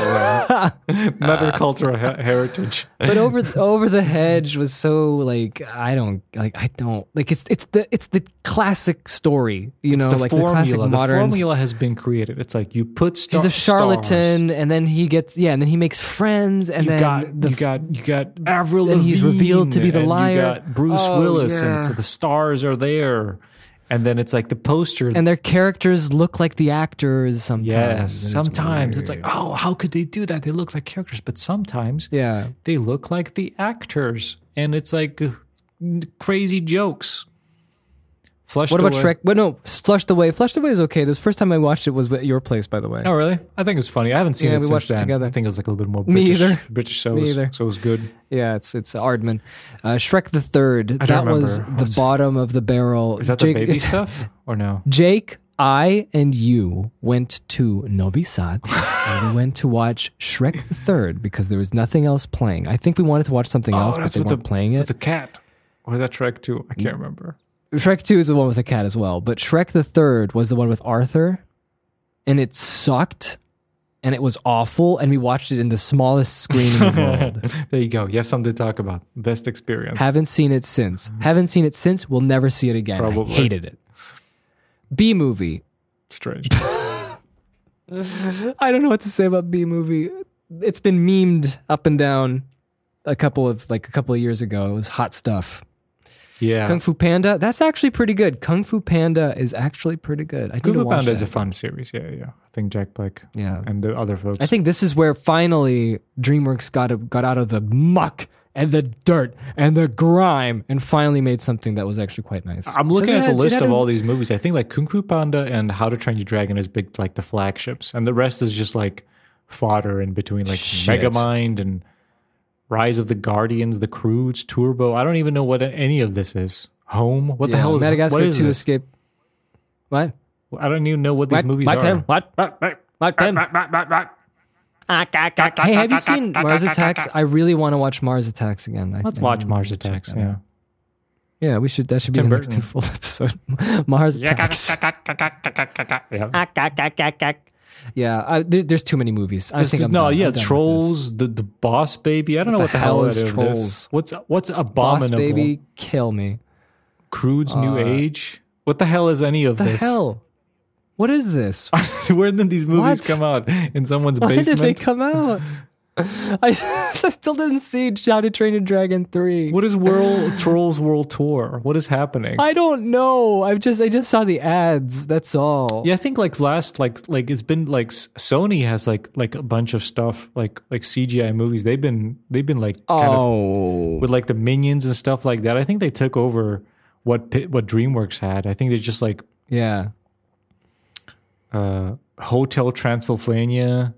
S3: man. Another cultural he- heritage.
S2: But over the, over the hedge was so like I don't like I don't like it's it's the it's the classic story you know
S3: the
S2: like
S3: formula.
S2: the classic modern
S3: the formula has been created. It's like you put
S2: he's
S3: star-
S2: the charlatan and then he gets yeah and then he makes friends and
S3: You
S2: then
S3: got
S2: the
S3: you got you got Avril
S2: then
S3: Lavigne,
S2: he's revealed to be the
S3: and
S2: liar.
S3: You got Bruce
S2: Oh,
S3: Willis,
S2: yeah.
S3: and so the stars are there. And then it's like the poster.
S2: and their characters look like the actors sometimes and
S3: yes,
S2: it's
S3: sometimes it's like,
S2: weird.
S3: oh, how could they do that? They look like characters, but sometimes
S2: yeah
S3: they look like the actors, and it's like uh, n- crazy jokes. Flushed
S2: what about
S3: away.
S2: Shrek but no Flushed Away Flushed Away is okay the first time I watched it was at your place by the way
S3: Oh, really? I think it was funny. I haven't seen
S2: Yeah,
S3: it
S2: we
S3: since
S2: watched it
S3: then.
S2: together.
S3: I think it was like a little bit more
S2: Me
S3: British.
S2: either.
S3: British, so
S2: Me
S3: it was,
S2: either.
S3: so it was good.
S2: Yeah, it's it's Aardman. Uh, Shrek the Third.
S3: don't
S2: That was
S3: remember.
S2: the
S3: What's-
S2: bottom of the barrel.
S3: Is that
S2: Jake,
S3: the baby stuff or no?
S2: Jake, I and you went to Novi Sad and we went to watch Shrek the Third because there was nothing else playing. I think we wanted to watch something else, but
S3: Oh, that's
S2: they
S3: with
S2: weren't
S3: the-
S2: playing
S3: With
S2: it.
S3: the cat. Or was that Shrek 2? I can't remember.
S2: Shrek Two is the one with the cat as well, but Shrek the Third was the one with Arthur. and it sucked and it was awful and we watched it in the smallest screen in the world.
S3: there you go. You have something to talk about. Best experience.
S2: Haven't seen it since. Haven't seen it since. We'll never see it again.
S3: Probably.
S2: I hated it. B movie.
S3: Strange.
S2: I don't know what to say about B movie. It's been memed up and down a couple of like a couple of years ago. It was hot stuff.
S3: Yeah.
S2: Kung Fu Panda. That's actually pretty good. Kung Fu Panda is actually pretty good. I need
S3: Kung
S2: to
S3: Fu
S2: watch
S3: Panda is
S2: that.
S3: a fun series. Yeah, yeah. I think Jack Black
S2: yeah.
S3: and the other folks.
S2: I think this is where finally DreamWorks got got out of the muck and the dirt and the grime and finally made something that was actually quite nice.
S3: I'm looking at
S2: Because it had-
S3: the
S2: it
S3: list
S2: had
S3: of
S2: a-
S3: all these movies. I think like Kung Fu Panda and How to Train Your Dragon is big, like the flagships, and the rest is just like fodder in between, like
S2: Shit.
S3: Megamind and Rise of the Guardians, The Croods, Turbo. I don't even know what any of this is. Home? What the
S2: Yeah,
S3: hell is
S2: Madagascar
S3: What is
S2: to
S3: this?
S2: escape? What?
S3: I don't even know what these
S2: What?
S3: movies
S2: What?
S3: are.
S2: What? What? Hey, have you seen Mars Attacks? I really want to watch Mars Attacks again. I-
S3: Let's
S2: I
S3: watch
S2: really
S3: Mars
S2: wanna check
S3: Attacks.
S2: that
S3: Yeah.
S2: out. Yeah, we should. That should be
S3: Tim
S2: the next
S3: Burton.
S2: two full episode. Mars Attacks.
S3: yeah.
S2: Yeah, I, there, there's too many movies. I
S3: This
S2: think
S3: is-
S2: I'm
S3: no,
S2: done.
S3: yeah,
S2: I'm done with this.
S3: trolls, the, the boss baby. I don't know
S2: the
S3: what the hell,
S2: hell
S3: it
S2: is
S3: is.
S2: Trolls?
S3: What's what's
S2: Boss
S3: abominable?
S2: Baby, kill me.
S3: Crude's New Age. What the hell is any of
S2: The
S3: this?
S2: hell? What is this?
S3: Where did these movies
S2: What?
S3: come out? In someone's
S2: Why did
S3: basement?
S2: they come out? I, I still didn't see How to Train Your Dragon three.
S3: what is World Trolls World Tour? What is happening?
S2: I don't know. I've just I just saw the ads. That's all.
S3: yeah, I think like last like like it's been like S- Sony has like like a bunch of stuff like like CGI movies. They've been they've been like kind of
S2: Oh.
S3: with like the minions and stuff like that. I think they took over what Pi- what DreamWorks had. I think they just like
S2: yeah.
S3: uh Hotel Transylvania.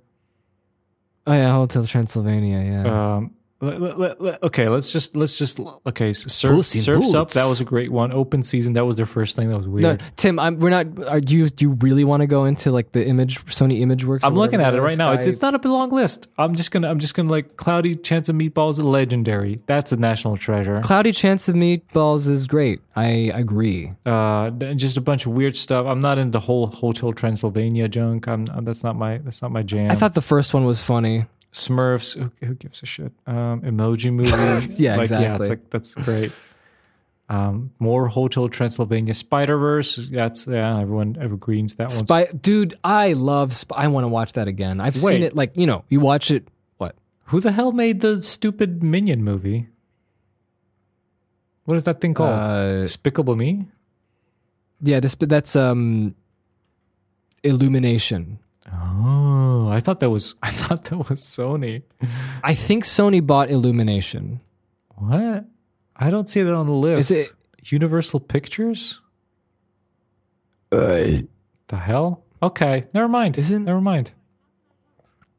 S2: Oh yeah. Hotel Transylvania. Yeah.
S3: Um, le- le- le- le- okay, let's just let's just okay. So surf,
S2: Puss in
S3: surfs up.
S2: Boots.
S3: That was a great one. Open season. That was their first thing. That was
S2: no,
S3: weird.
S2: Tim. I'm, we're not. Are, do you do you really want to go into like the image Sony Image Works? or
S3: I'm looking at
S2: whatever
S3: it right now. It's
S2: Sky-
S3: it's not a long list. I'm just gonna I'm just gonna like cloudy chance of meatballs. Legendary. That's a national treasure.
S2: Cloudy Chance of Meatballs is great. I agree.
S3: Uh, th- just a bunch of weird stuff. I'm not into whole Hotel Transylvania junk. I'm uh, that's not my that's not my jam.
S2: I thought the first one was funny.
S3: Smurfs. Who, who gives a shit? Um, emoji movie.
S2: Yeah,
S3: like, Yeah, it's
S2: exactly.
S3: like that's great. Um, more Hotel Transylvania, Spider Verse. That's yeah, everyone evergreens that one.
S2: Spy, dude, I love. Spy, I want to watch that again. I've
S3: Wait.
S2: seen it. Like you know, you watch it. What?
S3: Who the hell made the stupid Minion movie? What is that thing called?
S2: Uh,
S3: Despicable Me.
S2: yeah, this, but that's um, Illumination.
S3: Oh, I thought that was I thought that was Sony.
S2: I think Sony bought Illumination.
S3: What? I don't see that on the list.
S2: Is it?
S3: Universal Pictures? The hell? Okay, never mind.
S2: Uh, Isn't-
S3: never mind.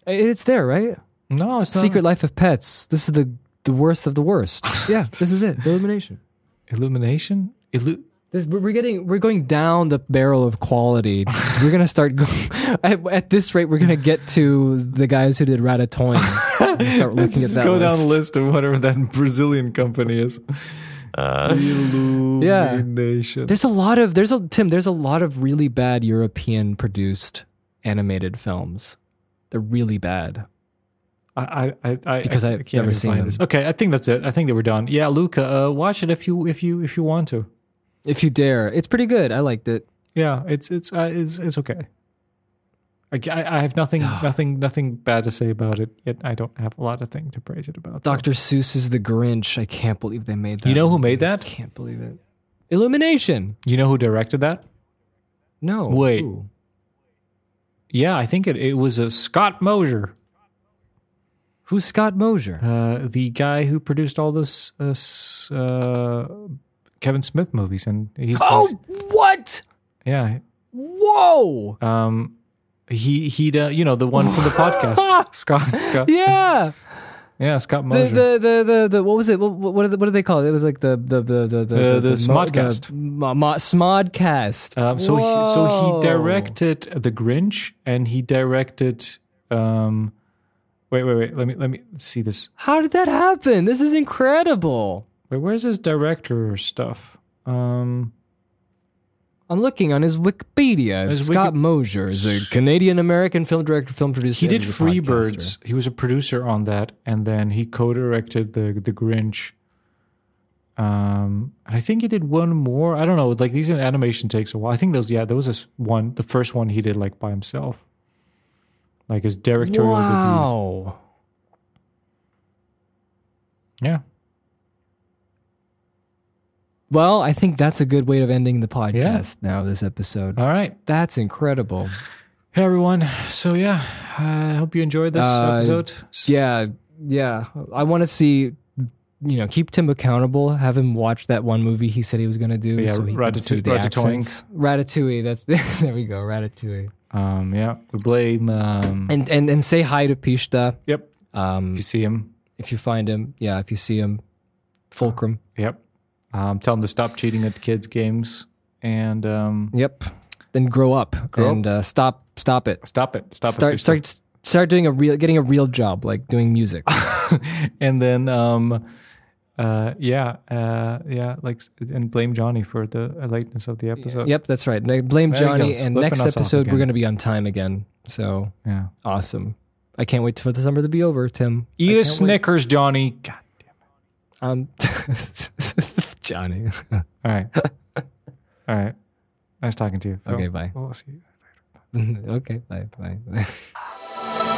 S2: It's there, right?
S3: No, it's not.
S2: Secret Life of Pets. This is the the worst of the worst. Yeah, this is it. Illumination.
S3: Illumination? Illu-
S2: This, we're getting we're going down the barrel of quality. We're gonna start go, at, at this rate. We're gonna get to the guys who did Ratatouille. and start
S3: Let's
S2: looking at
S3: just
S2: that
S3: go
S2: list.
S3: down the list of whatever that Brazilian company is. Illumination.
S2: There's a lot of there's a Tim. There's a lot of really bad European produced animated films. They're really bad.
S3: I, I, I, I,
S2: Because I've
S3: I can't
S2: never
S3: even
S2: seen
S3: find
S2: them.
S3: this. Okay, I think that's it. I think that we're done. Yeah, Luca, uh, watch it if you if you if you want to.
S2: If you dare, it's pretty good. I liked it.
S3: Yeah, it's it's uh, it's, it's okay. I, I I have nothing nothing nothing bad to say about it. Yet I don't have a lot of thing to praise it about. so-
S2: Dr. Seuss is the Grinch. I can't believe they made that.
S3: You know who
S2: movie.
S3: made that?
S2: I can't believe it. Illumination.
S3: You know who directed that?
S2: No.
S3: Wait.
S2: Ooh.
S3: Yeah, I think it, it was a Scott Mosier,
S2: Who's Scott Mosier?
S3: uh, the guy who produced all those uh, s- uh, Kevin Smith movies, and he's
S2: Oh, what?
S3: yeah.
S2: Whoa.
S3: Um, he he, uh, you know the one from the podcast, Scott Scott.
S2: Yeah.
S3: Yeah, Scott
S2: The,
S3: Mosier.
S2: the, the, the, the, what was it? What, what, what, did- what did they call it? It was like the, the, the, the, the,
S3: The- the
S2: mo-
S3: Smodcast.
S2: mo- mo- Smodcast.
S3: Um, so he, so
S2: Whoa.
S3: he directed The Grinch, and he directed. Um, wait, wait, wait. Let me let me see this.
S2: How did that happen? This is incredible.
S3: Wait, where's his director stuff? Um,
S2: I'm looking on his Wikipedia.
S3: His
S2: Scott
S3: Wiki-
S2: Mosier is a Canadian American film director, film producer.
S3: He did
S2: and
S3: Free
S2: podcaster.
S3: Birds. He was a producer on that, and then he co-directed the the Grinch. Um, and I think he did one more. I don't know. Like these animation takes a while. I think those. Yeah, there was this one. The first one he did like by himself, like his directorial
S2: Wow.
S3: debut. Yeah,
S2: Well, I think that's a good way of ending the podcast now, this episode.
S3: All right.
S2: That's incredible.
S3: Hey, everyone. So, yeah, I hope you enjoyed this
S2: Uh,
S3: episode.
S2: Yeah, yeah. I want to see, you know, keep Tim accountable. Have him watch that one movie he said he was going to do.
S3: Yeah,
S2: so he can
S3: Ratatou-
S2: see the
S3: Ratatouille.
S2: accents. Ratatouille. That's there we go. Ratatouille.
S3: Um, yeah, we blame. Um,
S2: And and and say hi to Pishta.
S3: yep,
S2: Um,
S3: if you see him.
S2: if you find him, yeah, if you see him, Fulcrum.
S3: Yep. Um, tell him to stop cheating at kids' games and um,
S2: Yep. Then grow up
S3: Grow
S2: and Uh, stop. Stop it.
S3: stop it. Stop
S2: start
S3: it.
S2: start start doing a real getting a real job like doing music.
S3: and then, um, uh, yeah, uh, yeah, like, and blame Johnny for the lateness of the episode.
S2: yep, that's right. Ne- Blame
S3: There you go,
S2: Johnny. And
S3: slipping
S2: next
S3: us off
S2: episode
S3: again.
S2: we're going to be on time again. So
S3: Yeah.
S2: Awesome. I can't wait for the summer to be over, Tim.
S3: Eat a Snickers, Johnny. God.
S2: Um, Johnny.
S3: All right. All right. Nice talking to you. Phil.
S2: Okay, bye.
S3: We'll see you.
S2: okay, bye, bye. bye.